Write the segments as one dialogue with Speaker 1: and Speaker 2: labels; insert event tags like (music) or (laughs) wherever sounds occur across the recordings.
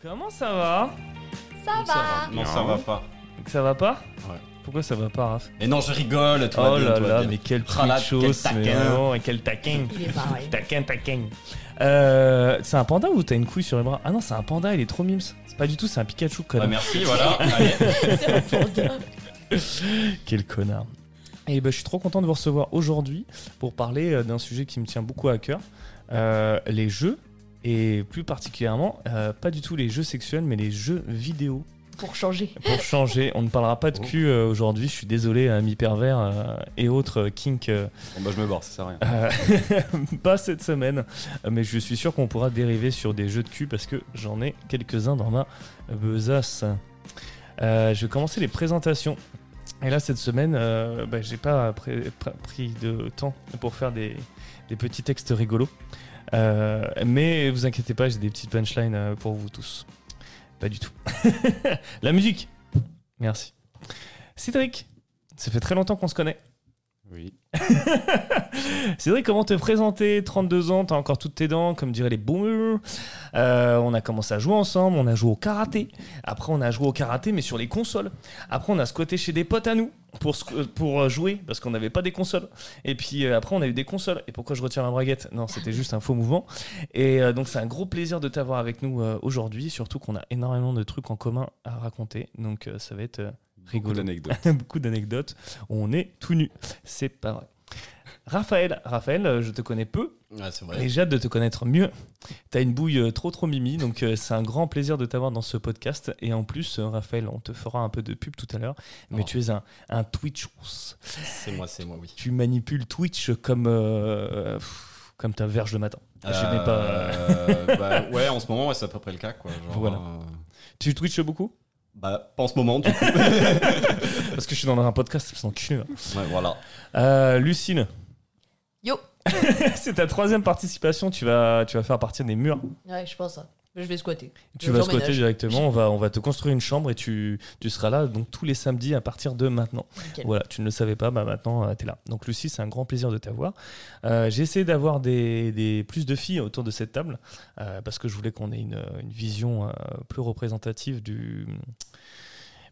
Speaker 1: Comment ça va
Speaker 2: Ça va.
Speaker 3: Non, ça va pas.
Speaker 1: Ça va pas
Speaker 3: Ouais.
Speaker 1: Pourquoi ça va pas, Raph
Speaker 3: Et non, je rigole, toi.
Speaker 1: Oh là là, mais quelle
Speaker 3: Ah là,
Speaker 1: petite chose
Speaker 3: quel
Speaker 1: mais
Speaker 3: taquin.
Speaker 1: vraiment, et quel taquin
Speaker 2: Il est pareil.
Speaker 1: Taquin, taquin Euh, C'est un panda ou t'as une couille sur le bras Ah non, c'est un panda, il est trop mimes. C'est pas du tout, c'est un Pikachu,
Speaker 3: Bah,
Speaker 1: connard.
Speaker 3: merci, voilà. Allez.
Speaker 2: C'est un panda.
Speaker 1: Quel connard. Et ben, je suis trop content de vous recevoir aujourd'hui pour parler euh, d'un sujet qui me tient beaucoup à cœur, euh, les jeux, et plus particulièrement, euh, pas du tout les jeux sexuels, mais les jeux vidéo.
Speaker 2: Pour changer.
Speaker 1: Pour changer, on ne parlera pas de cul euh, aujourd'hui, je suis désolé, amis pervers euh, et autres euh, kink, euh,
Speaker 3: Bon, bah, je me borre, ça sert à rien.
Speaker 1: euh, (laughs) pas cette semaine, Euh, mais je suis sûr qu'on pourra dériver sur des jeux de cul parce que j'en ai quelques-uns dans ma besace. Euh, je vais commencer les présentations. Et là, cette semaine, euh, bah, j'ai pas pré- pr- pris de temps pour faire des, des petits textes rigolos. Euh, mais vous inquiétez pas, j'ai des petites punchlines euh, pour vous tous. Pas du tout. (laughs) La musique Merci. Cédric, ça fait très longtemps qu'on se connaît.
Speaker 3: Oui.
Speaker 1: Cédric, comment te présenter 32 ans, t'as encore toutes tes dents, comme diraient les boomers. Euh, on a commencé à jouer ensemble, on a joué au karaté. Après, on a joué au karaté, mais sur les consoles. Après, on a squatté chez des potes à nous pour, squ- pour euh, jouer, parce qu'on n'avait pas des consoles. Et puis euh, après, on a eu des consoles. Et pourquoi je retire ma braguette Non, c'était juste un faux mouvement. Et euh, donc, c'est un gros plaisir de t'avoir avec nous euh, aujourd'hui, surtout qu'on a énormément de trucs en commun à raconter. Donc, euh, ça va être euh,
Speaker 3: Beaucoup
Speaker 1: rigolo
Speaker 3: d'anecdotes.
Speaker 1: beaucoup d'anecdotes où on est tout nu. C'est pas vrai. Raphaël, Raphaël, euh, je te connais peu
Speaker 3: Ah, c'est
Speaker 1: et j'ai hâte de te connaître mieux. T'as une bouille euh, trop trop mimi, donc euh, c'est un grand plaisir de t'avoir dans ce podcast. Et en plus, euh, Raphaël, on te fera un peu de pub tout à l'heure, mais
Speaker 3: Oh.
Speaker 1: tu es un, un Twitchos.
Speaker 3: C'est moi, c'est moi, oui.
Speaker 1: Tu manipules Twitch comme, euh, pff, comme ta verge le matin. Ah, Je n'ai pas...
Speaker 3: Euh, bah, ouais, en ce moment, ouais, c'est à peu près le cas, quoi. Genre,
Speaker 1: Voilà.
Speaker 3: euh,
Speaker 1: Tu Twitches beaucoup
Speaker 3: Bah, pas en ce moment, du coup.
Speaker 1: Parce que je suis dans un podcast, c'est enculé. hein.
Speaker 3: Ouais, voilà.
Speaker 1: Euh, Lucille,
Speaker 2: Yo.
Speaker 1: (laughs) c'est ta troisième participation, tu vas, tu vas faire partie des murs.
Speaker 2: Ouais, je pense. hein. Je vais squatter.
Speaker 1: Tu
Speaker 2: Je
Speaker 1: vas
Speaker 2: l'emménage.
Speaker 1: squatter directement, on va, on va te construire une chambre et tu, tu seras là donc tous les samedis à partir de maintenant.
Speaker 2: Nickel.
Speaker 1: Voilà, tu ne le savais pas, bah maintenant tu es là. Donc Lucie, c'est un grand plaisir de t'avoir. Euh, J'ai essayé d'avoir des, des- plus de filles autour de cette table euh, parce que je voulais qu'on ait une, une vision euh, plus représentative du,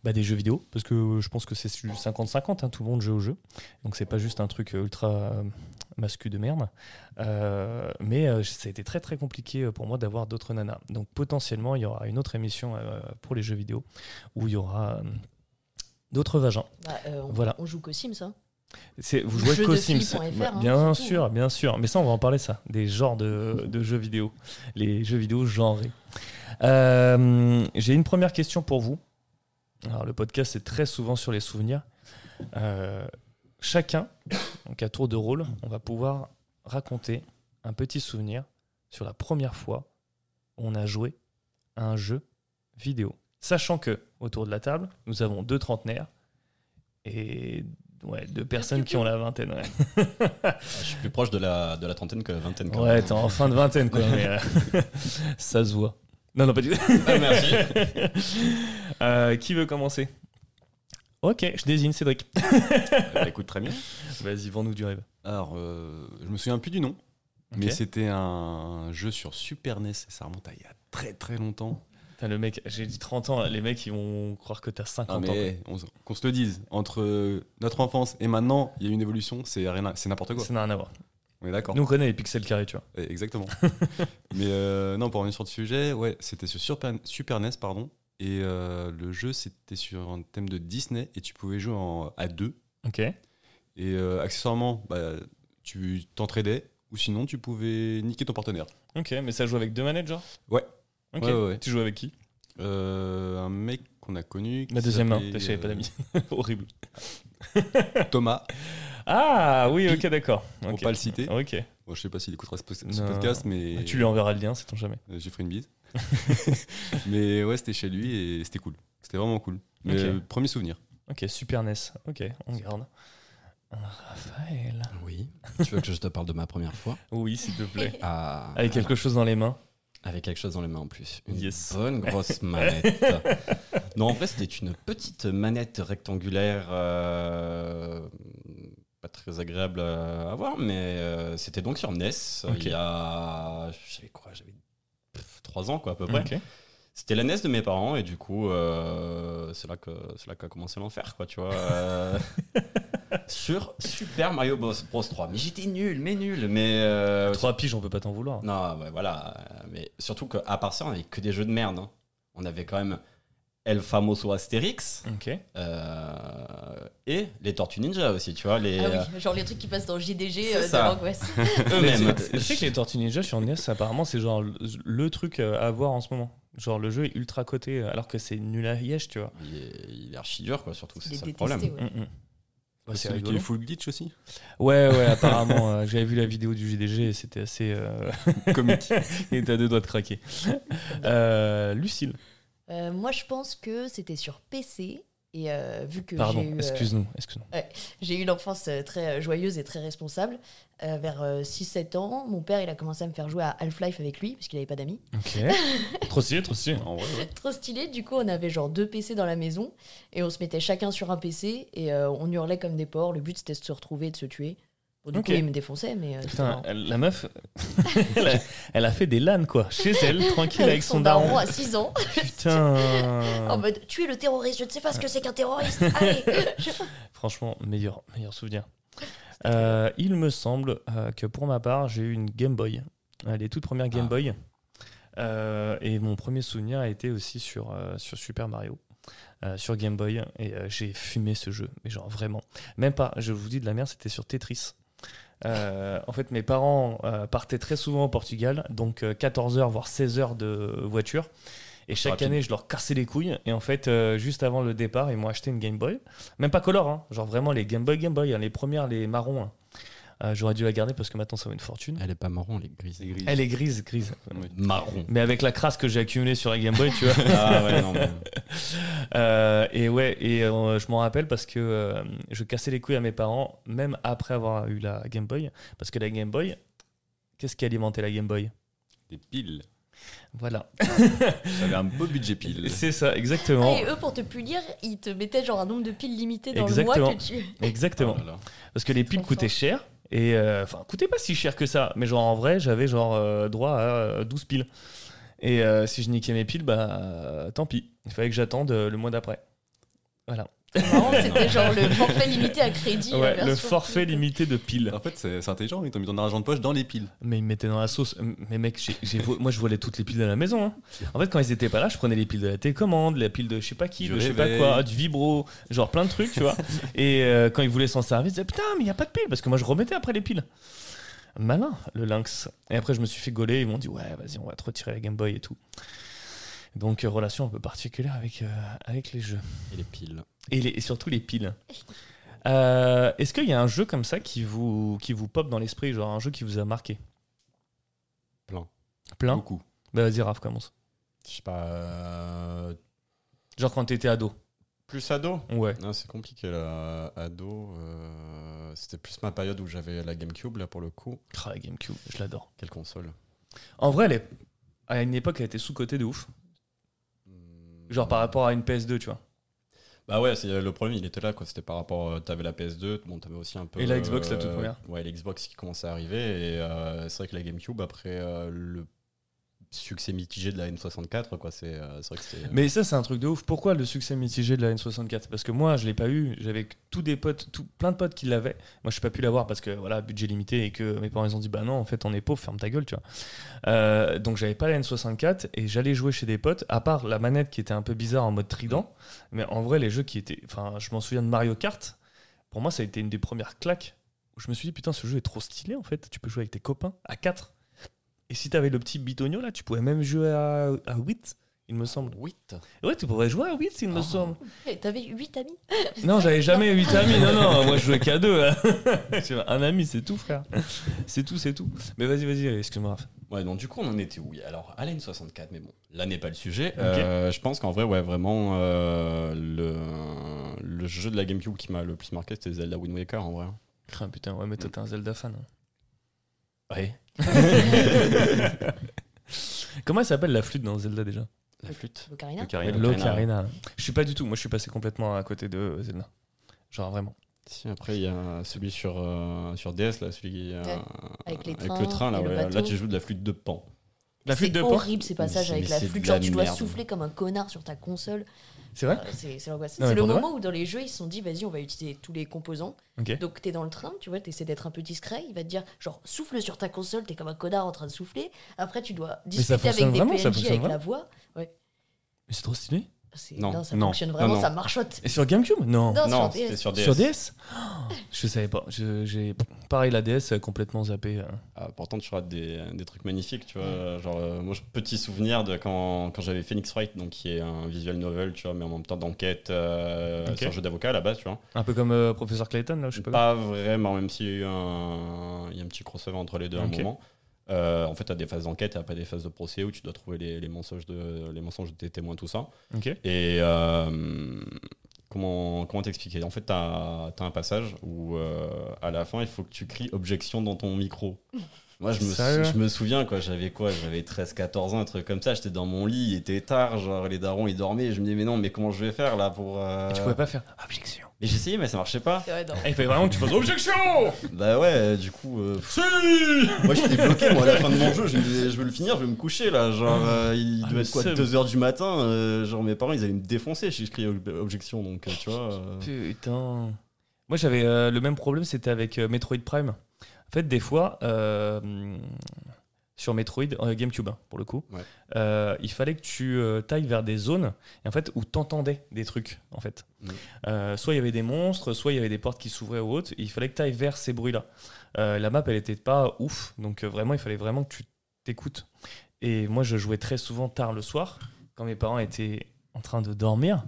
Speaker 1: bah, des jeux vidéo parce que je pense que c'est du 50-50, hein, tout le monde joue au jeu. Donc c'est pas juste un truc ultra euh, mascu de merde. Euh, mais euh, ça a été très très compliqué euh, pour moi d'avoir d'autres nanas. Donc potentiellement, il y aura une autre émission euh, pour les jeux vidéo où il y aura euh, d'autres vagins.
Speaker 2: Bah, euh, on,
Speaker 1: Voilà.
Speaker 2: on joue qu'aux Sims. Hein.
Speaker 1: C'est- Vous jouez
Speaker 2: Jeux
Speaker 1: qu'aux
Speaker 2: de
Speaker 1: Sims.
Speaker 2: filles.fr, hein,
Speaker 1: bien
Speaker 2: c'est tout.
Speaker 1: sûr, bien sûr. Mais ça, on va en parler, ça. Des genres de, de jeux vidéo. Les jeux vidéo genrés. Euh, J'ai une première question pour vous. Alors, le podcast, c'est très souvent sur les souvenirs. Euh, chacun, donc à tour de rôle, on va pouvoir raconter un petit souvenir sur la première fois où on a joué à un jeu vidéo. Sachant que, autour de la table, nous avons deux trentenaires et ouais, deux personnes qui ont la vingtaine. ouais.
Speaker 3: Je suis plus proche de la, de la trentaine que de la vingtaine,
Speaker 1: (laughs)
Speaker 3: quand
Speaker 1: Ouais,
Speaker 3: même.
Speaker 1: t'es en fin de vingtaine, quoi. mais, euh, (laughs) ça se voit. Non, non, pas du tout. (laughs)
Speaker 3: Ah, merci.
Speaker 1: Euh, qui veut commencer Ok, je désigne Cédric.
Speaker 3: Bah, écoute, très bien.
Speaker 1: Vas-y, vends-nous du rêve.
Speaker 3: Alors, euh, je me souviens plus du nom, mais
Speaker 1: Ok.
Speaker 3: c'était un jeu sur Super NES, et ça remonte à il y a très très longtemps.
Speaker 1: Putain, le mec, j'ai dit 30 ans, là, les mecs, ils vont croire que t'as 50
Speaker 3: Non,
Speaker 1: ans.
Speaker 3: Ah, mais on s- qu'on se le dise, entre euh, notre enfance et maintenant, il y a une évolution, c'est rien à- c'est n'importe quoi.
Speaker 1: Ça n'a rien à voir.
Speaker 3: On est d'accord
Speaker 1: Nous, on connaît les pixels carrés, tu vois.
Speaker 3: Eh,
Speaker 1: (laughs)
Speaker 3: Exactement. mais euh, non, pour revenir sur le sujet, ouais, c'était sur Super, Super NES, pardon, et euh, le jeu, c'était sur un thème de Disney, et tu pouvais jouer en, à deux,
Speaker 1: Ok.
Speaker 3: et euh, accessoirement, bah, tu t'entraidais, ou sinon, tu pouvais niquer ton partenaire.
Speaker 1: Ok, mais ça joue avec deux manettes, genre
Speaker 3: Ouais.
Speaker 1: Ok.
Speaker 3: Ouais, ouais, ouais.
Speaker 1: Tu joues avec qui
Speaker 3: Euh, un mec qu'on a connu. qui
Speaker 1: Ma deuxième main,
Speaker 3: s'appelait,
Speaker 1: t'as j'avais pas
Speaker 3: euh,
Speaker 1: d'amis. (laughs) Horrible.
Speaker 3: Thomas,
Speaker 1: (laughs) Ah, oui, ok, d'accord.
Speaker 3: pour
Speaker 1: Ok.
Speaker 3: pas le citer.
Speaker 1: Ok.
Speaker 3: Bon, je sais pas s'il écoutera ce, po- ce
Speaker 1: Non. Ah,
Speaker 3: podcast, mais.
Speaker 1: Tu lui enverras le lien, c'est ton jamais.
Speaker 3: Euh, J'ai fait une bise. (laughs) mais ouais, c'était chez lui et c'était cool. C'était vraiment cool. Mais
Speaker 1: Ok.
Speaker 3: euh, premier souvenir.
Speaker 1: Ok, Super NES. Ok, on garde. Raphaël.
Speaker 4: Oui. Tu veux que je te parle de ma première fois
Speaker 1: Oui, s'il te plaît.
Speaker 4: (laughs) Ah,
Speaker 1: Avec quelque chose dans les mains.
Speaker 4: avec quelque chose dans les mains en plus. Une
Speaker 1: Yes. (laughs)
Speaker 4: bonne grosse manette. non, en vrai, c'était une petite manette rectangulaire. euh, pas très agréable à avoir, mais euh, c'était donc sur NES.
Speaker 1: Ok.
Speaker 4: Il y a. J'avais quoi J'avais 3 ans, quoi, à peu près.
Speaker 1: Ok.
Speaker 4: C'était la NES de mes parents et du coup, euh, c'est là que c'est là qu'a commencé l'enfer, quoi, tu vois.
Speaker 1: (laughs)
Speaker 4: euh, sur Super Mario Bros, Bros 3. Mais j'étais nul, mais nul, mais euh,
Speaker 1: Trois piges, on peut pas t'en vouloir.
Speaker 4: non, ouais, voilà. euh, Mais surtout qu'à part ça, on avait que des jeux de merde. hein. On avait quand même El Famoso Astérix
Speaker 1: Ok.
Speaker 4: euh, et les Tortues Ninja aussi, tu vois, les euh,
Speaker 1: (laughs)
Speaker 2: Ah oui, genre les trucs qui passent dans JDG
Speaker 4: c'est
Speaker 2: euh,
Speaker 4: ça.
Speaker 2: de l'angoisse.
Speaker 4: eux-mêmes.
Speaker 1: Je sais que les Tortues Ninja sur NES, apparemment, c'est genre le- le truc euh, à avoir en ce moment. Genre le jeu est ultra coté euh, alors que c'est nul à Yesh, tu vois.
Speaker 4: Il est, il est archi dur, quoi, surtout,
Speaker 2: Il
Speaker 4: c'est
Speaker 2: est
Speaker 4: ça le
Speaker 2: détesté,
Speaker 4: problème.
Speaker 2: ouais.
Speaker 1: Mm, mm. Ouais, c'est
Speaker 3: Celui qui
Speaker 1: rigolo.
Speaker 3: est full glitch aussi.
Speaker 1: Ouais, ouais, apparemment. euh, J'avais vu la vidéo du GDG et c'était assez. (laughs) euh,
Speaker 3: Comique.
Speaker 1: Il était à deux doigts de craquer. Euh, Lucille,
Speaker 2: Euh, moi, je pense que c'était sur PC. Et euh, vu que
Speaker 1: pardon,
Speaker 2: j'ai eu, euh,
Speaker 1: excuse-nous. excuse-nous.
Speaker 2: j'ai eu l'enfance euh, très euh, joyeuse et très responsable, euh, vers euh, 6-7 ans, mon père il a commencé à me faire jouer à Half-Life avec lui, parce qu'il n'avait pas d'amis.
Speaker 1: Ok. trop stylé, trop stylé.
Speaker 3: En vrai, ouais.
Speaker 2: Trop stylé, du coup on avait genre deux PC dans la maison, et on se mettait chacun sur un PC, et euh, on hurlait comme des porcs. Le but c'était de se retrouver et de se tuer. Bon, du
Speaker 1: Ok.
Speaker 2: coup il me défonçait, mais euh, c'était
Speaker 1: Putain,
Speaker 2: marrant.
Speaker 1: elle- la meuf, (laughs) elle, a, elle a fait des LAN quoi, chez elle, tranquille avec son daron.
Speaker 2: à 6 ans, en
Speaker 1: Putain,
Speaker 2: mode tu es le terroriste, je ne sais pas ce que c'est qu'un terroriste,
Speaker 1: (laughs)
Speaker 2: allez
Speaker 1: franchement, meilleur, meilleur souvenir. Euh, il me semble euh, que pour ma part, j'ai eu une Game Boy, Euh, les toutes premières Game
Speaker 4: Ah.
Speaker 1: Boy. Euh, et mon premier souvenir a été aussi sur, euh, sur Super Mario, euh, sur Game Boy. Et euh, j'ai fumé ce jeu, mais genre vraiment. Même pas, je vous dis de la merde, c'était sur Tetris. Euh, en fait, mes parents euh, partaient très souvent au Portugal, donc 14h voire 16h de voiture. Et chaque
Speaker 4: Rapide.
Speaker 1: année, je leur cassais les couilles. Et en fait, euh, juste avant le départ, ils m'ont acheté une Game Boy. Même pas color, hein. genre vraiment les Game Boy, Game Boy, hein, les premières, les marrons. hein. Euh, J'aurais dû la garder parce que maintenant ça vaut une fortune.
Speaker 4: Elle est pas marron, elle est grise.
Speaker 3: C'est gris.
Speaker 1: Elle est grise, grise.
Speaker 3: Oui.
Speaker 1: (laughs)
Speaker 4: Marron.
Speaker 1: Mais avec la crasse que j'ai accumulée sur la Game Boy, tu vois.
Speaker 4: (laughs) Ah ouais, non, mais.
Speaker 1: Euh, et ouais, et euh, je m'en rappelle parce que euh, je cassais les couilles à mes parents, même après avoir eu la Game Boy. Parce que la Game Boy, qu'est-ce qui alimentait la Game Boy
Speaker 3: Des piles.
Speaker 1: Voilà.
Speaker 3: J'avais un beau budget pile.
Speaker 1: C'est ça, exactement.
Speaker 2: Ah, et eux, pour te punir, ils te mettaient genre un nombre de piles limité dans le
Speaker 1: Exactement.
Speaker 2: mois que tu.
Speaker 1: Exactement.
Speaker 4: Oh là là.
Speaker 1: Parce que les piles
Speaker 2: Trop
Speaker 1: coûtaient
Speaker 2: fort.
Speaker 1: cher. Et euh, enfin, coûtaient pas si cher que ça. Mais genre, en vrai, j'avais genre euh, droit à euh, 12 piles. Et euh, si je niquais mes piles, bah euh, tant pis. Il fallait que j'attende euh, le mois d'après. Voilà.
Speaker 2: C'est marrant, c'était genre
Speaker 1: (laughs)
Speaker 2: le forfait limité à crédit. la
Speaker 1: Ouais, le
Speaker 2: version
Speaker 1: forfait
Speaker 2: plus-
Speaker 1: limité de piles.
Speaker 3: En fait, c'est c'est intelligent, ils t'ont mis ton argent de poche dans les piles.
Speaker 1: Mais ils me mettaient dans la sauce. Mais mec, j'ai- j'ai vo- moi je volais toutes les piles de la maison. hein. En fait, quand ils étaient pas là, je prenais les piles de la télécommande, la pile de je sais pas qui,
Speaker 3: Du
Speaker 1: de je sais pas
Speaker 3: réveil.
Speaker 1: quoi, du vibro, genre plein de trucs, tu vois.
Speaker 3: (laughs)
Speaker 1: Et euh, quand ils voulaient s'en servir, ils disaient putain, mais il y a pas de piles parce que moi je remettais après les piles. Malin, le lynx. Et après, je me suis fait gauler. Ils m'ont dit ouais, vas-y, on va te retirer la Game Boy et tout. Donc euh, relation un peu particulière avec euh, avec les jeux
Speaker 4: Et les piles.
Speaker 1: et, les- et surtout les piles. Euh, Est-ce qu'il y a un jeu comme ça qui vous qui vous pop dans l'esprit, genre un jeu qui vous a marqué?
Speaker 4: Plein.
Speaker 1: Plein.
Speaker 3: Beaucoup.
Speaker 1: Bah vas-y, Raph, commence.
Speaker 4: Je sais pas. euh,
Speaker 1: Genre quand t'étais ado.
Speaker 4: Plus ado
Speaker 1: Ouais.
Speaker 4: Non, c'est compliqué là. Ado, euh, c'était plus ma période où j'avais la GameCube là pour le coup.
Speaker 1: Ah, la Gamecube, je l'adore.
Speaker 4: Quelle console
Speaker 1: En vrai, elle est- à une époque, elle était sous-cotée de ouf. Genre par rapport à une PS2, tu vois.
Speaker 4: Bah ouais, c'est le problème, il était là quoi. C'était par rapport. euh, T'avais la PS2, bon, t'avais aussi un peu.
Speaker 1: Et la Xbox, la
Speaker 4: euh,
Speaker 1: toute première.
Speaker 4: Ouais, la Xbox qui commençait à arriver. Et euh, c'est vrai que la GameCube, après euh, le succès mitigé de la N64, quoi, c'est euh, c'est vrai que c'était.
Speaker 1: Mais ça, c'est un truc de ouf. Pourquoi le succès mitigé de la N64 Parce que moi, je l'ai pas eu. J'avais que tous des potes, tout, plein de potes qui l'avaient. Moi, je n'ai pas pu l'avoir parce que voilà, budget limité et que mes parents ils ont dit bah non, en fait, on est pauvre, ferme ta gueule, tu vois. Euh, donc, j'avais pas la N64 et j'allais jouer chez des potes. À part la manette qui était un peu bizarre en mode trident, mais en vrai, les jeux qui étaient, enfin, je m'en souviens de Mario Kart. Pour moi, ça a été une des premières claques où je me suis dit putain, ce jeu est trop stylé en fait. Tu peux jouer avec tes copains à 4 et si t'avais le petit bitonio là, tu pouvais même jouer à, à 8 il me semble. Ouais, tu pourrais jouer à 8, il me
Speaker 4: Oh.
Speaker 1: semble.
Speaker 2: Et Eh, T'avais 8 amis
Speaker 1: Non, j'avais jamais 8 amis. Non, non, moi je jouais qu'à 2. (laughs) Un ami, c'est tout, frère. C'est tout, c'est tout. Mais vas-y, vas-y, excuse-moi. Raph.
Speaker 4: Ouais, donc du coup, on en était où Alors, à la N64, mais bon, là n'est pas le sujet. Euh, je pense qu'en vrai, ouais, vraiment, euh, le, le jeu de la GameCube qui m'a le plus marqué, c'était Zelda Wind Waker, en vrai.
Speaker 1: Crin, putain, ouais, mais toi t'es un Zelda fan. hein.
Speaker 4: Ouais.
Speaker 1: Comment elle s'appelle la flûte dans Zelda déjà
Speaker 4: La flûte.
Speaker 2: L'ocarina
Speaker 3: L'ocarina.
Speaker 1: L'Ocarina. Je suis pas du tout. Moi, je suis passé complètement à côté de euh, Zelda. Genre vraiment.
Speaker 4: Si, après, il y a celui sur, euh, sur DS, là, celui qui, euh,
Speaker 2: Ouais, avec les
Speaker 4: le
Speaker 2: trains
Speaker 4: train, là,
Speaker 2: et le
Speaker 4: ouais.
Speaker 2: bateau.
Speaker 4: là, tu joues de la flûte de pan.
Speaker 1: La flûte
Speaker 2: C'est
Speaker 1: de Pan.
Speaker 2: horrible ces passages
Speaker 4: c'est-
Speaker 2: avec
Speaker 4: mais
Speaker 2: la
Speaker 4: c'est de
Speaker 2: flûte.
Speaker 4: la
Speaker 2: Genre, tu dois
Speaker 4: merde.
Speaker 2: souffler comme un connard sur ta console.
Speaker 1: C'est vrai
Speaker 2: Euh, C'est c'est l'angoisse.
Speaker 1: Non, mais
Speaker 2: C'est le
Speaker 1: pour de
Speaker 2: moment où dans les jeux, ils se sont dit, vas-y, on va utiliser tous les composants.
Speaker 1: Ok.
Speaker 2: Donc, t'es dans le train, tu vois, t'essaies d'être un peu discret. Il va te dire, genre, souffle sur ta console, t'es comme un connard en train de souffler. Après, tu dois discuter avec
Speaker 1: fonctionne
Speaker 2: des
Speaker 1: vraiment, ça
Speaker 2: PNJ
Speaker 1: fonctionne
Speaker 2: avec la
Speaker 1: vraiment
Speaker 2: voix.
Speaker 1: Mais c'est trop stylé.
Speaker 2: C'est-
Speaker 4: Non,
Speaker 2: Non, ça
Speaker 3: non,
Speaker 2: fonctionne
Speaker 4: non,
Speaker 2: vraiment,
Speaker 4: non.
Speaker 2: ça marchote.
Speaker 1: Et sur GameCube Non.
Speaker 2: Non,
Speaker 4: Non,
Speaker 2: Oh, sur
Speaker 4: c'était
Speaker 2: DS.
Speaker 4: sur DS.
Speaker 1: Sur DS (gasps) Oh, Je savais pas. Je- J'ai pareil la DS euh, complètement zappé. euh.
Speaker 4: Ah, pourtant, tu auras des, des trucs magnifiques, tu vois. Genre, euh, moi, j'ai petit souvenir de quand, quand j'avais Phoenix Wright, donc qui est un visual novel, tu vois, mais en même temps d'enquête euh,
Speaker 1: Ok.
Speaker 4: sur jeu d'avocat à la base, tu vois.
Speaker 1: Un peu comme euh, Professeur Clayton là, je sais pas.
Speaker 4: Pas vraiment, même s'il y a eu un, il y a un petit crossover entre les deux
Speaker 1: Ok.
Speaker 4: à un moment. Euh, en fait, tu as des phases d'enquête et après des phases de procès où tu dois trouver les, les mensonges, de, les mensonges des témoins, tout ça.
Speaker 1: Ok.
Speaker 4: Et euh, comment comment t'expliquer En fait, t'as as un passage où euh, à la fin, il faut que tu cries objection dans
Speaker 1: (laughs)
Speaker 4: ton micro. Moi, je me,
Speaker 1: Sérieux
Speaker 4: sou- je me souviens, quoi, j'avais quoi J'avais 13-14 ans, un truc comme ça. J'étais dans mon lit, il était tard, genre les darons, ils dormaient. Je me disais, mais non, mais comment je vais faire là pour. euh,
Speaker 1: Et tu pouvais pas faire objection.
Speaker 4: Mais j'essayais, mais ça marchait pas.
Speaker 2: (laughs) Ouais, non.
Speaker 1: Eh, Il fallait vraiment que tu fasses objection
Speaker 4: bah ouais, euh, du coup. euh, pff,
Speaker 1: Si (laughs)
Speaker 4: moi, j'étais bloqué, moi, à la fin de mon jeu. Je me disais, je veux le finir, je vais me coucher là. Genre, euh, il
Speaker 1: Ah,
Speaker 4: devait
Speaker 1: le
Speaker 4: être quoi
Speaker 1: seum.
Speaker 4: 2h du matin. euh, genre, mes parents, ils allaient me défoncer si je criais ob- objection, donc euh, tu vois. euh,
Speaker 1: Putain. Moi j'avais euh, le même problème, c'était avec euh, Metroid Prime. En fait, des fois, euh, hum, sur Metroid, euh, GameCube hein, pour le coup,
Speaker 4: Ouais.
Speaker 1: euh, il fallait que tu euh, t'ailles vers des zones et en fait, où t'entendais des trucs. En fait.
Speaker 4: Mhm.
Speaker 1: Euh, soit il y avait des monstres, soit il y avait des portes qui s'ouvraient ou autre. Il fallait que t'ailles vers ces bruits-là. Euh, la map, elle était pas ouf, donc euh, vraiment, il fallait vraiment que tu t'écoutes. Et moi, je jouais très souvent tard le soir, quand mes parents étaient en train de dormir.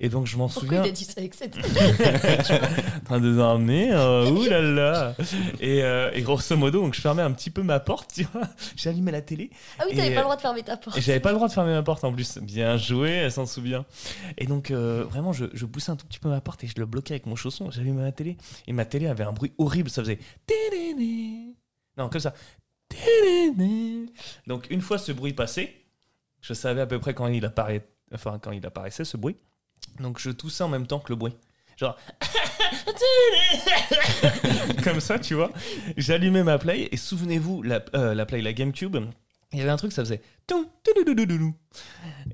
Speaker 1: Et donc, je m'en
Speaker 2: Pourquoi
Speaker 1: souviens
Speaker 2: il a dit ça avec cette.
Speaker 1: train de dormir, euh, ouh là là et, euh, et grosso modo, donc je fermais un petit peu ma porte, tu vois. J'allumais la télé.
Speaker 2: Ah oui,
Speaker 1: Et-
Speaker 2: t'avais pas le droit de fermer ta porte.
Speaker 1: Et j'avais pas le droit de fermer ma porte en plus. Bien joué, elle s'en souvient. Et donc, euh, vraiment, je, je poussais un tout petit peu ma porte et je le bloquais avec mon chausson. J'allumais ma télé. Et ma télé avait un bruit horrible. Ça faisait. téléné. Non, comme ça. Téléné. Donc, une fois ce bruit passé, je savais à peu près quand il, apparaît, enfin, quand il apparaissait, ce bruit. Donc, je toussais en même temps que le bruit. Genre. (laughs) comme ça, tu vois. J'allumais ma play. Et souvenez-vous, la, euh, la play, la GameCube, il y avait un truc, ça faisait. Toum, toudoudoudoudoudou.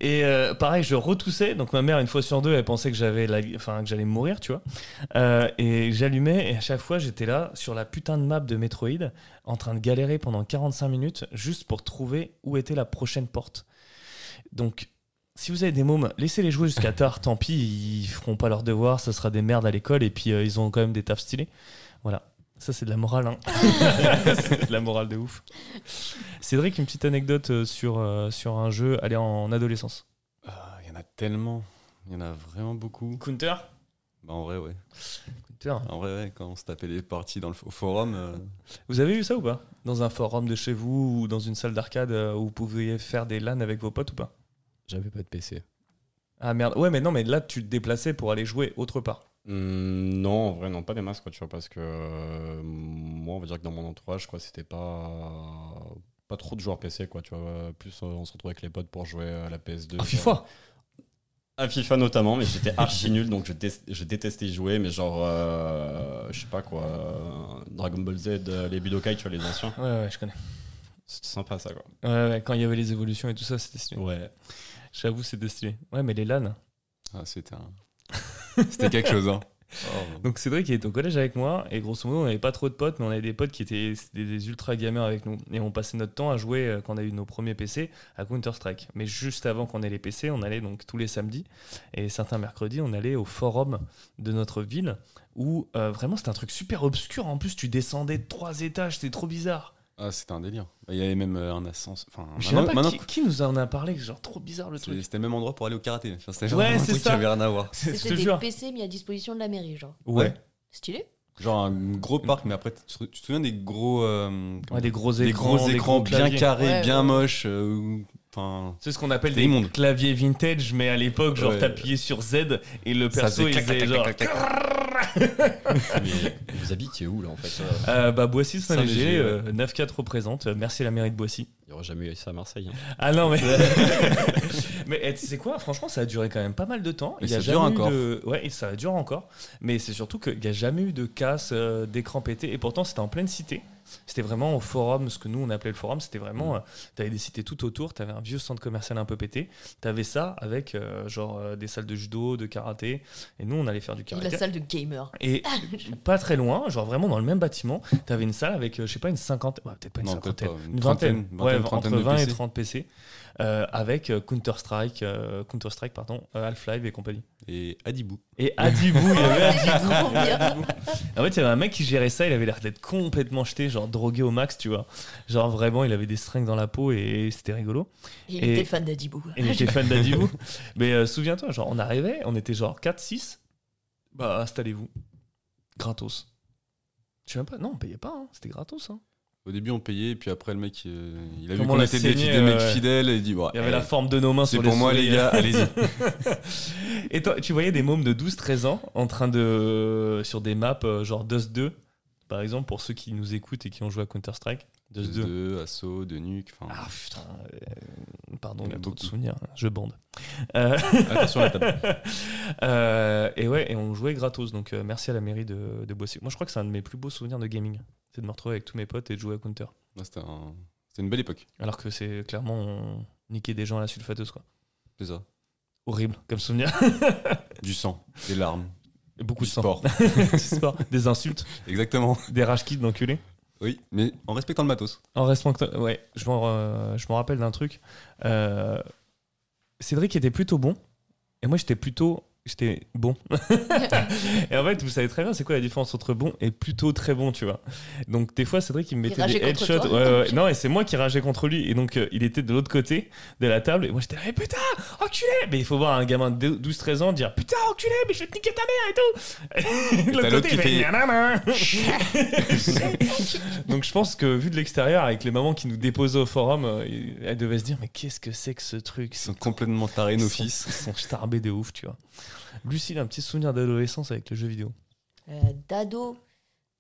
Speaker 1: Et euh, pareil, je retoussais. Donc ma mère, une fois sur deux, elle pensait que j'avais, la... enfin que j'allais mourir, tu vois. Euh, et j'allumais et à chaque fois, j'étais là sur la putain de map de Metroid, en train de galérer pendant 45 minutes juste pour trouver où était la prochaine porte. Donc, si vous avez des mômes, laissez-les jouer jusqu'à tard. Tant pis, ils feront pas leur devoir, ça sera des merdes à l'école et puis euh, ils ont quand même des tafs stylés. Voilà. Ça, c'est de la morale, hein. (laughs) c'est de la morale de ouf. Cédric, une petite anecdote euh, sur, euh, sur un jeu, allez, en, en adolescence.
Speaker 3: Ah, Il y en a tellement. Il y en a vraiment beaucoup.
Speaker 1: Counter
Speaker 3: Bah, en vrai, ouais.
Speaker 1: Counter.
Speaker 3: En vrai, ouais, quand on se tapait les parties dans le fo- forum, euh,
Speaker 1: Vous avez eu ça ou pas Dans un forum de chez vous ou dans une salle d'arcade euh, où vous pouviez faire des LAN avec vos potes ou pas
Speaker 4: J'avais pas de PC.
Speaker 1: Ah merde, ouais, mais non, mais là, tu te déplaçais pour aller jouer autre part.
Speaker 4: Hum, non, en vrai, non, pas des masses, quoi, tu vois, parce que euh, moi, on va dire que dans mon entourage, quoi, c'était pas pas trop de joueurs PC, quoi, tu vois. Plus euh, on se retrouvait avec les potes pour jouer à la PS2.
Speaker 1: Ah,
Speaker 4: quoi.
Speaker 1: FIFA
Speaker 4: À FIFA notamment, mais j'étais archi (laughs) nul, donc je, dé- je détestais y jouer, mais genre, euh, je sais pas quoi, euh, Dragon Ball Z, euh, les Budokai, tu vois, les anciens.
Speaker 1: Ouais, ouais, je connais.
Speaker 4: C'était sympa, ça, quoi.
Speaker 1: Ouais, ouais, quand il y avait les évolutions et tout ça, c'était stylé.
Speaker 4: Ouais.
Speaker 1: J'avoue, c'était stylé. Ouais, mais les LAN.
Speaker 3: ah, c'était un- (laughs) c'était quelque chose. hein. Oh.
Speaker 1: Donc Cédric il était au collège avec moi et grosso modo on n'avait pas trop de potes mais on avait des potes qui étaient des, des ultra gamers avec nous et on passait notre temps à jouer euh, quand on a eu nos premiers PC à Counter Strike. Mais juste avant qu'on ait les PC on allait donc tous les samedis et certains mercredis on allait au forum de notre ville où euh, vraiment c'était un truc super obscur en plus tu descendais de trois étages c'était trop bizarre.
Speaker 3: Ah, c'était un délire. Il y avait même euh, un ascenseur. Enfin,
Speaker 1: Je sais même
Speaker 3: maintenant-
Speaker 1: pas
Speaker 3: maintenant,
Speaker 1: qui, qui nous en a parlé genre trop bizarre le
Speaker 3: c'est-
Speaker 1: truc.
Speaker 3: c'était le même endroit pour aller au karaté. Enfin, c'était
Speaker 1: Ouais,
Speaker 3: vraiment un
Speaker 1: c'est
Speaker 3: truc qui
Speaker 1: ça.
Speaker 3: avait rien à voir.
Speaker 1: C'est- (laughs) Je te
Speaker 2: C'était des
Speaker 1: jure.
Speaker 2: PC mis à disposition de la mairie, genre.
Speaker 1: Ouais.
Speaker 2: Stylé.
Speaker 3: Genre un gros parc, mais après, tu te tu te souviens des gros, euh, comment-
Speaker 1: Ouais, des gros écrans,
Speaker 3: des gros écrans, bien
Speaker 1: claviers.
Speaker 3: carrés,
Speaker 2: Ouais,
Speaker 3: bien
Speaker 2: ouais.
Speaker 3: moches. euh, ou- Enfin,
Speaker 1: C'est ce qu'on appelle
Speaker 3: C'était
Speaker 1: des
Speaker 3: immonde.
Speaker 1: claviers vintage, mais à l'époque, genre,
Speaker 3: Ouais.
Speaker 1: t'appuyais sur Z et le
Speaker 3: Ça
Speaker 1: perso,
Speaker 3: faisait
Speaker 1: il
Speaker 3: clac,
Speaker 1: faisait
Speaker 3: clac,
Speaker 1: genre.
Speaker 3: clac, clac,
Speaker 4: Mais vous habitiez où, là, en fait euh
Speaker 1: Euh, bah, Boissy, Saint-Léger,
Speaker 4: Saint-Léger,
Speaker 1: euh, 9-4 représente. Euh, Merci à la mairie de Boissy.
Speaker 4: Il y aurait jamais eu ça à Marseille. hein.
Speaker 1: Ah non, mais.
Speaker 3: (laughs)
Speaker 1: mais eh, tu sais quoi, franchement, ça a duré quand même pas mal de temps.
Speaker 3: Et
Speaker 1: Il y a
Speaker 3: ça dure
Speaker 1: jamais eu
Speaker 3: encore.
Speaker 1: de- Ouais, et ça dure encore. Mais c'est surtout qu'il n'y a jamais eu de casse, euh, d'écran pété. Et pourtant, c'était en pleine cité. C'était vraiment au forum, ce que nous on appelait le forum. C'était
Speaker 3: Mm.
Speaker 1: vraiment, euh, t'avais des cités tout autour, t'avais un vieux centre commercial un peu pété. T'avais ça avec euh, genre euh, des salles de judo, de karaté. Et nous on allait faire du
Speaker 2: Et la
Speaker 1: karaté.
Speaker 2: salle de gamer.
Speaker 1: Et pas très loin, genre vraiment dans le même bâtiment, t'avais une salle avec, euh, je sais pas, une cinquantaine, ouais, peut-être pas une
Speaker 3: Non, peut-être
Speaker 1: cinquantaine,
Speaker 3: pas, une
Speaker 1: une vingtaine,
Speaker 3: trentaine,
Speaker 1: ouais,
Speaker 3: vingtaine, trentaine
Speaker 1: entre
Speaker 3: de
Speaker 1: 20 et
Speaker 3: PC.
Speaker 1: 30 PC, euh, avec euh, Counter-Strike, euh, Counter-Strike, pardon, euh, Half-Life et compagnie.
Speaker 3: Et Adibou.
Speaker 1: Et Adibou, il y
Speaker 3: (laughs)
Speaker 1: avait
Speaker 2: (laughs) C'est
Speaker 1: Adibou.
Speaker 2: trop bien.
Speaker 1: En fait, il y avait un mec qui gérait ça, il avait l'air d'être complètement jeté, genre drogué au max, tu vois. Genre vraiment, il avait des strings dans la peau et c'était rigolo.
Speaker 2: Il
Speaker 1: Et-
Speaker 2: était fan d'Adibou.
Speaker 1: Et j'étais fan d'Adibou. Mais euh, souviens-toi, genre on arrivait, on était genre 4-6. Bah installez-vous. Gratos. Je sais même pas, non, on payait pas, hein, c'était gratos. hein.
Speaker 3: Au début, on payait, puis après, le mec, euh, il
Speaker 1: Comme
Speaker 3: a vu
Speaker 1: on
Speaker 3: qu'on
Speaker 1: l'a
Speaker 3: était des,
Speaker 1: saigné,
Speaker 3: des mecs
Speaker 1: euh,
Speaker 3: fidèles, et il dit, bon,
Speaker 1: Il y avait
Speaker 3: eh,
Speaker 1: la forme de nos mains
Speaker 3: c'est
Speaker 1: sur
Speaker 3: pour moi, les
Speaker 1: souliers.
Speaker 3: gars, (laughs) allez-y.
Speaker 1: (laughs) Et toi, tu voyais des mômes de 12-13 ans en train de. euh, sur des maps euh, genre Dust 2, par exemple, pour ceux qui nous écoutent et qui ont joué à Counter-Strike. Dust 2.
Speaker 3: De assaut, de nuque, enfin.
Speaker 1: Ah putain, euh, pardon, il
Speaker 3: Il y en
Speaker 1: y a
Speaker 3: a
Speaker 1: trop de
Speaker 3: beaucoup.
Speaker 1: souvenirs, je bande. Euh,
Speaker 4: Attention à la table.
Speaker 1: (laughs) euh, et ouais, et on jouait gratos, donc euh, merci à la mairie de, de Boissy. Moi je crois que c'est un de mes plus beaux souvenirs de gaming, c'est de me retrouver avec tous mes potes et de jouer à Counter.
Speaker 3: Ouais, C'était un- c'était une belle époque,
Speaker 1: Alors que c'est clairement on niquait des gens à la sulfateuse quoi.
Speaker 3: c'est ça.
Speaker 1: Horrible comme souvenir. (laughs)
Speaker 3: Du sang, des larmes,
Speaker 1: Et Beaucoup
Speaker 3: du
Speaker 1: de sang.
Speaker 3: (laughs) sport.
Speaker 1: (laughs) Du sport, des insultes,
Speaker 3: Exactement.
Speaker 1: des rage kits d'enculés.
Speaker 3: Oui, mais en respectant le matos.
Speaker 1: En respectant. Ouais, je m'en euh, je m'en rappelle d'un truc. Euh, Cédric était plutôt bon, et moi j'étais plutôt. J'étais
Speaker 2: (laughs)
Speaker 1: bon. et en fait, vous savez très bien c'est quoi la différence entre bon et plutôt très bon, tu vois. Donc, des fois, Cédric, il me
Speaker 2: Il
Speaker 1: mettait
Speaker 2: rageait
Speaker 1: des
Speaker 2: contre
Speaker 1: headshots.
Speaker 2: toi.
Speaker 1: Ouais, ouais, ouais. Non, et c'est moi qui rageais contre lui. Et donc, euh, il était de l'autre côté de la table. Et moi, j'étais, Eh, putain, enculé Mais il faut voir un gamin de 12-13 ans dire, putain, enculé, mais je vais te niquer ta mère et tout. Et de
Speaker 3: t'as
Speaker 1: (laughs) l'autre côté,
Speaker 3: l'autre
Speaker 1: il
Speaker 3: qui
Speaker 1: fait,
Speaker 3: fait-
Speaker 1: Nanana.
Speaker 2: (laughs)
Speaker 1: Donc je pense que vu de l'extérieur, avec les mamans qui nous déposaient au forum, euh, elles devaient se dire mais qu'est-ce que c'est que ce truc
Speaker 3: Ils
Speaker 1: c'est-
Speaker 3: sont complètement tarés, nos
Speaker 1: ils sont-
Speaker 3: fils.
Speaker 1: Ils sont starbés de ouf, tu vois. Lucille a un petit souvenir d'adolescence avec le jeu vidéo.
Speaker 2: Euh, Dado.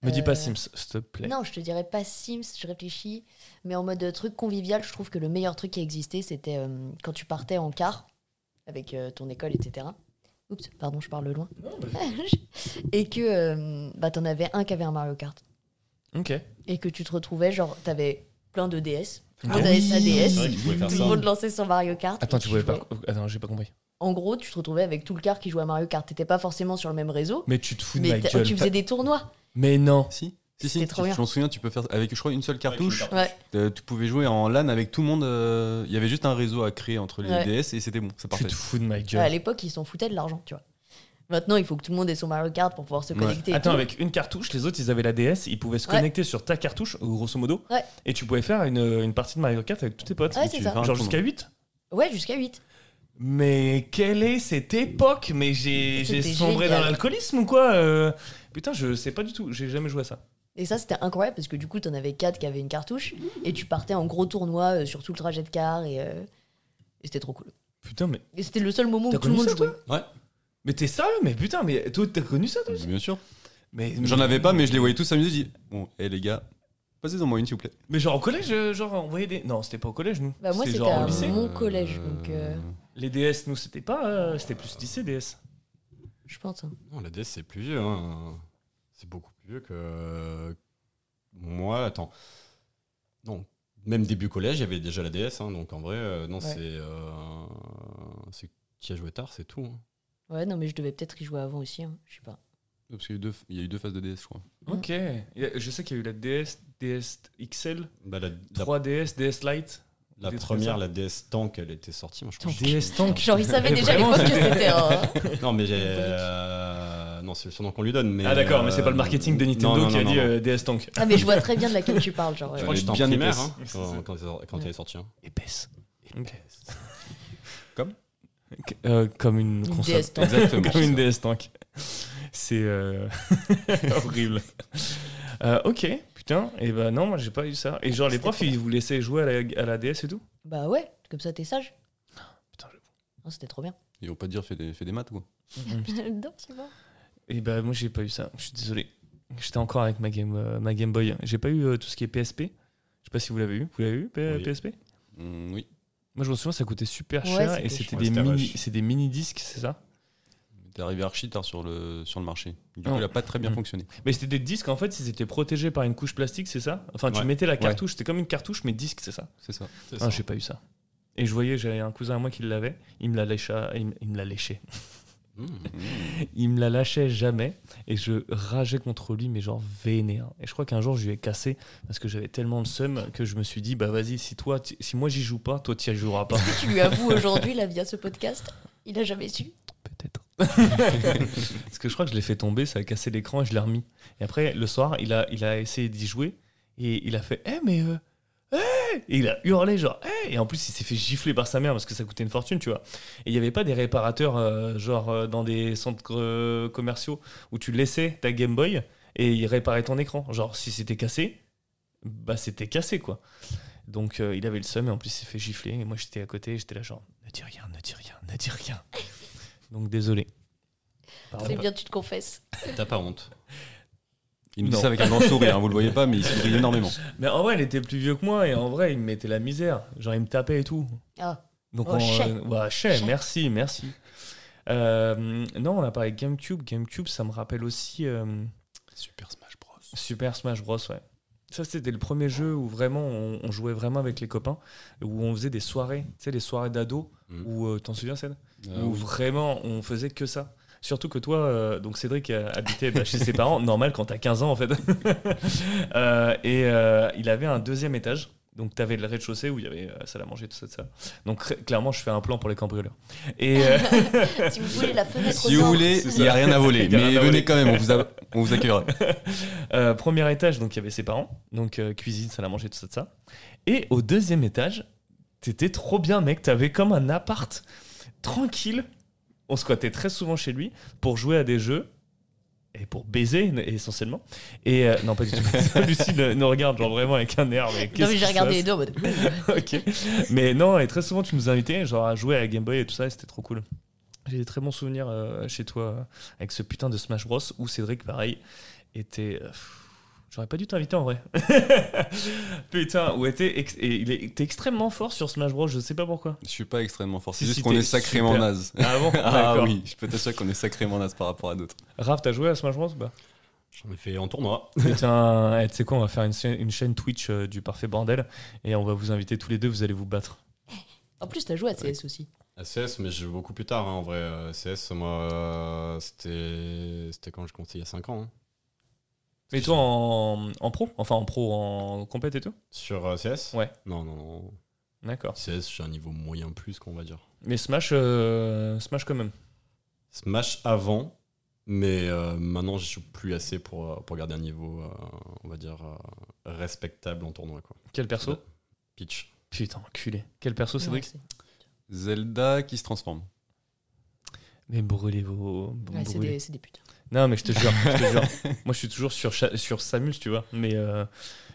Speaker 1: Me dis
Speaker 2: Euh,
Speaker 1: pas Sims, s'il te plaît.
Speaker 2: Non, je te dirais pas Sims, je réfléchis. Mais en mode truc convivial, je trouve que le meilleur truc qui existait, c'était euh, quand tu partais en car avec euh, ton école, etc. Oups, pardon, je parle loin. (laughs) et que euh, bah, t'en avais un qui avait un Mario Kart.
Speaker 1: Ok.
Speaker 2: Et que tu te retrouvais, genre, t'avais plein de DS. Tout le
Speaker 1: Ah
Speaker 2: monde avait
Speaker 1: oui.
Speaker 2: sa
Speaker 4: C'est vrai
Speaker 2: DS.
Speaker 4: que tu pouvais faire
Speaker 2: Tout
Speaker 4: ça.
Speaker 2: le monde lançait son Mario Kart.
Speaker 1: Attends,
Speaker 2: et
Speaker 1: tu pouvais pas.
Speaker 2: jouais.
Speaker 1: Attends, j'ai pas compris.
Speaker 2: En gros, tu te retrouvais avec tout le car qui jouait à Mario Kart. T'étais pas forcément sur le même réseau,
Speaker 1: Mais tu te fous de ma
Speaker 2: mais t'a-
Speaker 1: gueule.
Speaker 2: tu faisais des tournois.
Speaker 1: Mais non.
Speaker 3: Si si, si,
Speaker 2: C'était trop bien.
Speaker 3: je m'en souviens, tu peux faire avec, je crois, une seule cartouche.
Speaker 2: Ouais.
Speaker 3: euh, tu pouvais jouer en LAN avec tout le monde. euh, Il y avait juste un réseau à créer entre les
Speaker 2: Ouais.
Speaker 3: DS et c'était bon, c'est
Speaker 1: Tu
Speaker 3: parfait.
Speaker 1: te fous de ma
Speaker 2: Ouais, à
Speaker 1: gueule.
Speaker 2: l'époque, ils s'en foutaient de l'argent, tu vois. Maintenant, il faut que tout le monde ait son Mario Kart pour pouvoir se
Speaker 3: Ouais.
Speaker 2: connecter. et
Speaker 1: Attends,
Speaker 2: tout.
Speaker 1: avec une cartouche, les autres ils avaient la DS, ils pouvaient se
Speaker 2: Ouais.
Speaker 1: connecter sur ta cartouche, grosso modo,
Speaker 2: Ouais.
Speaker 1: et tu pouvais faire une, une partie de Mario Kart avec tous tes potes.
Speaker 2: Ouais, c'est
Speaker 3: Tu
Speaker 2: ça.
Speaker 3: vas
Speaker 1: Genre
Speaker 3: répondre.
Speaker 1: jusqu'à 8
Speaker 2: Ouais, jusqu'à 8.
Speaker 1: Mais quelle est cette époque Mais j'ai j'ai
Speaker 2: C'était
Speaker 1: sombré
Speaker 2: génial.
Speaker 1: dans l'alcoolisme ou quoi euh Putain, je sais pas du tout, j'ai jamais joué à ça.
Speaker 2: Et ça, c'était incroyable parce que du coup, t'en avais 4 qui avaient une cartouche et tu partais en gros tournoi euh, sur tout le trajet de car et, euh, et c'était trop cool.
Speaker 1: Putain, mais,
Speaker 2: Et c'était le seul moment où
Speaker 1: T'as
Speaker 2: tout le
Speaker 1: connu
Speaker 2: monde
Speaker 1: ça,
Speaker 2: jouait.
Speaker 1: mais t'es sérieux Mais putain, mais toi, t'as connu ça, toi aussi
Speaker 3: Bien sûr.
Speaker 1: mais,
Speaker 3: J'en
Speaker 1: mais-
Speaker 3: avais pas, mais je les voyais tous s'amuser. Je dis, bon, hé les gars, passez-en moi une, s'il vous plaît.
Speaker 1: Mais genre au collège, euh, genre on voyait des. Non, c'était pas au collège, nous.
Speaker 2: Bah, moi, c'était
Speaker 1: genre
Speaker 2: à
Speaker 1: au lycée.
Speaker 2: mon collège, donc, euh,
Speaker 1: Les DS, nous, c'était pas. euh, c'était plus lycée, DS.
Speaker 2: Je pense. hein.
Speaker 4: Non, la DS, c'est plus vieux. hein. C'est beaucoup plus vieux que. euh, Moi, attends. Non. Même début collège, il y avait déjà la DS. hein, donc en vrai, euh, non,
Speaker 2: Ouais.
Speaker 4: c'est. euh, c'est qui a joué tard, c'est tout. hein.
Speaker 2: Ouais, non, mais je devais peut-être y jouer avant aussi. hein, Je sais pas.
Speaker 3: Euh, Parce qu'il y a eu deux- il y a eu deux phases de DS, je crois.
Speaker 2: Mm.
Speaker 1: Ok. Il y a- Je sais qu'il y a eu la DS, DS XL,
Speaker 4: Bah, la, la-
Speaker 1: 3DS, DS Lite.
Speaker 4: la
Speaker 1: des trucs
Speaker 4: première,
Speaker 1: comme
Speaker 4: la DS Tank, elle était sortie. Moi, je crois que
Speaker 1: DS Tank.
Speaker 2: Genre,
Speaker 1: (laughs)
Speaker 2: ils savaient
Speaker 1: Et
Speaker 2: déjà à
Speaker 1: vraiment,
Speaker 2: l'époque que c'était un. hein.
Speaker 4: Non, mais j'ai. euh, non, c'est le surnom qu'on lui donne. Mais,
Speaker 1: Ah d'accord, mais c'est pas le
Speaker 4: euh,
Speaker 1: marketing de
Speaker 4: non,
Speaker 1: Nintendo
Speaker 4: non,
Speaker 1: qui
Speaker 4: non,
Speaker 1: a
Speaker 4: non,
Speaker 1: dit
Speaker 4: non.
Speaker 1: euh, DS Tank.
Speaker 2: Ah, mais je vois très bien de laquelle tu parles. Genre, euh,
Speaker 4: Je
Speaker 2: ouais.
Speaker 4: crois que j'étais en
Speaker 3: Bien
Speaker 4: primaire
Speaker 3: épaisse.
Speaker 4: hein, quand, quand- quand elle est sortie. hein.
Speaker 1: Épaisse. (laughs) Épaisse.
Speaker 3: Comme
Speaker 1: Euh, Comme une
Speaker 2: Une
Speaker 1: console.
Speaker 2: DS Tank.
Speaker 3: Exactement.
Speaker 1: Comme une DS Tank. C'est euh, (laughs) horrible. Euh, ok, putain. Et ben non, moi j'ai pas eu ça. Et genre les
Speaker 2: C'était
Speaker 1: profs,
Speaker 2: trop bien.
Speaker 1: ils vous laissaient jouer à la, à la DS et tout
Speaker 2: Bah ouais, comme ça, t'es sage.
Speaker 1: Putain, j'avoue.
Speaker 2: Non, c'était trop bien.
Speaker 3: Ils vont pas te dire, fais des, fais des maths, quoi.
Speaker 2: (laughs) non, c'est bon.
Speaker 1: Et ben moi j'ai pas eu ça. Je suis désolé. J'étais encore avec ma Game, euh, ma Game Boy. J'ai pas eu euh, tout ce qui est PSP. Je sais pas si vous l'avez eu. Vous l'avez eu, P-
Speaker 4: Oui.
Speaker 1: PSP
Speaker 3: Mm, oui.
Speaker 1: Moi je me souviens, ça coûtait super
Speaker 2: Ouais,
Speaker 1: cher
Speaker 2: c'était
Speaker 1: et c'était
Speaker 4: cher.
Speaker 1: des,
Speaker 4: Ouais, c'était
Speaker 1: mini-
Speaker 4: moche.
Speaker 1: c'est des mini-disques, c'est ça
Speaker 3: arrivé archi tard sur le, sur le marché. Du
Speaker 1: Non.
Speaker 3: coup, il a pas très bien
Speaker 1: Mm.
Speaker 3: fonctionné.
Speaker 1: Mais c'était des disques, en fait, ils étaient protégés par une couche plastique, c'est ça Enfin, tu
Speaker 4: Ouais.
Speaker 1: mettais la cartouche, c'était comme une cartouche, mais disque, c'est ça
Speaker 3: C'est ça.
Speaker 1: Ah, j'ai pas eu ça. Et je voyais, j'avais un cousin à moi qui l'avait, il me la lécha, il me- il me la léchait. (laughs)
Speaker 4: Mmh.
Speaker 1: Il me la lâchait jamais et je rageais contre lui, mais genre vénère. Et je crois qu'un jour, je lui ai cassé parce que j'avais tellement le seum que je me suis dit, bah vas-y, si toi, tu- si moi j'y joue pas, toi tu y joueras pas.
Speaker 2: Tu lui avoues aujourd'hui, là, via ce podcast, il a jamais su.
Speaker 1: Peut-être. (laughs) parce que je crois que je l'ai fait tomber, ça a cassé l'écran et je l'ai remis. Et après, le soir, il a, il a essayé d'y jouer et il a fait, eh mais. euh, eh et il a hurlé genre Eh et en plus il s'est fait gifler par sa mère parce que ça coûtait une fortune tu vois et il n'y avait pas des réparateurs euh, genre euh, dans des centres euh, commerciaux où tu laissais ta Game Boy et il réparait ton écran. Genre, si c'était cassé, bah c'était cassé quoi. Donc euh, il avait le seum et en plus il s'est fait gifler. Et moi j'étais à côté, j'étais là genre, ne dis rien, ne dis rien, ne dis rien. Donc désolé. Pardon.
Speaker 2: C'est bien, tu te confesses.
Speaker 4: T'as pas honte.
Speaker 3: Il nous dit
Speaker 1: Non.
Speaker 3: ça avec un grand sourire, hein, vous le voyez pas, mais il sourit énormément.
Speaker 1: Mais en vrai, il était plus vieux que moi et en vrai, il me mettait la misère. Genre, il me tapait et tout.
Speaker 2: Ah,
Speaker 1: Donc,
Speaker 2: Oh,
Speaker 1: on,
Speaker 2: chais.
Speaker 1: euh, ouais, chais,
Speaker 2: Chais.
Speaker 1: merci, merci. Euh, non, on a parlé de GameCube. GameCube, ça me rappelle aussi euh,
Speaker 3: Super Smash Bros.
Speaker 1: Super Smash Bros. Ouais. Ça, c'était le premier jeu où vraiment on, on jouait vraiment avec les copains, où on faisait des soirées, tu sais, les soirées d'ados,
Speaker 4: Mhm.
Speaker 1: où euh, t'en souviens, Céd
Speaker 4: Ah
Speaker 1: Où vraiment on faisait que ça. Surtout que toi, euh, donc Cédric euh, habitait bah, chez ses parents, normal quand t'as 15 ans en fait. (laughs) Euh, et euh, il avait un deuxième étage. Donc t'avais le rez-de-chaussée où il y avait euh, salle à manger, tout ça, tout ça. Donc cr- clairement, je fais un plan pour les cambrioleurs. Et euh,
Speaker 2: si vous voulez la fenêtre
Speaker 3: Si vous
Speaker 2: nord,
Speaker 3: voulez,
Speaker 1: C'est
Speaker 3: (laughs) il
Speaker 1: ça.
Speaker 3: n'y a rien à voler,
Speaker 1: Y a rien
Speaker 3: mais
Speaker 1: à voler.
Speaker 3: venez quand même, on vous, (laughs) a- on vous accueillera.
Speaker 1: euh, premier étage, donc il y avait ses parents. Donc euh, cuisine, salle à manger, tout ça, tout ça. Et au deuxième étage, t'étais trop bien, mec. T'avais comme un appart tranquille. On squattait très souvent chez lui pour jouer à des jeux et pour baiser n- essentiellement. Et euh, non, pas du tout. (laughs) Lucie le- nous regarde genre vraiment avec un air. Mais
Speaker 2: Non,
Speaker 1: qu'est-ce
Speaker 2: mais
Speaker 1: qui
Speaker 2: j'ai
Speaker 1: se
Speaker 2: regardé
Speaker 1: passe
Speaker 2: les deux en mode.
Speaker 1: (laughs) ok. Mais non, et très souvent, tu nous invitais genre, à jouer à la Game Boy et tout ça, et c'était trop cool. J'ai des très bons souvenirs euh, chez toi euh, avec ce putain de Smash Bros où Cédric, pareil, était. euh, pff, J'aurais pas dû t'inviter en vrai. (laughs) putain, où était ex- et il est- était extrêmement fort sur Smash Bros, je sais pas pourquoi.
Speaker 3: Je suis pas extrêmement fort,
Speaker 1: Si,
Speaker 3: c'est juste
Speaker 1: si,
Speaker 3: qu'on
Speaker 1: t'es
Speaker 3: est sacrément
Speaker 1: super.
Speaker 3: naze.
Speaker 1: Ah (laughs) bon
Speaker 3: (laughs) Ah
Speaker 1: D'accord.
Speaker 3: oui, je peux t'assurer qu'on est sacrément naze par rapport à d'autres.
Speaker 1: Raph, t'as joué à Smash Bros (laughs) bah.
Speaker 4: J'en ai fait en tournoi.
Speaker 1: Putain, eh, tu sais quoi, on va faire une, chaîne- une chaîne Twitch euh, du parfait bordel et on va vous inviter tous les deux, vous allez vous battre.
Speaker 2: En plus, t'as joué à CS aussi.
Speaker 4: CS, mais j'ai beaucoup plus tard, hein, en vrai. Euh, CS, moi, euh, c'était c'était quand je comptais il y a 5 ans. hein.
Speaker 1: Mais toi en, en pro Enfin en pro, en compète et tout
Speaker 4: Sur euh, CS
Speaker 1: Ouais.
Speaker 4: Non, non, non.
Speaker 1: D'accord.
Speaker 4: CS, j'ai un niveau moyen plus, qu'on va dire.
Speaker 1: Mais Smash, euh, Smash quand même.
Speaker 4: Smash avant, mais euh, maintenant, je joue plus assez pour, euh, pour garder un niveau, euh, on va dire, euh, respectable en tournoi. Quoi.
Speaker 1: Quel perso
Speaker 2: (laughs)
Speaker 4: Pitch.
Speaker 1: Bah, Putain, enculé. Quel perso, Cédric
Speaker 2: Non, c'est-
Speaker 3: Zelda qui se transforme.
Speaker 1: Mais brûlez vos.
Speaker 2: ouais, c'est
Speaker 1: brûlez.
Speaker 2: des, c'est des putains.
Speaker 1: Non, mais je te jure, je te jure. (laughs) Moi, je suis toujours sur, Cha- sur Samus, tu vois. Mais euh,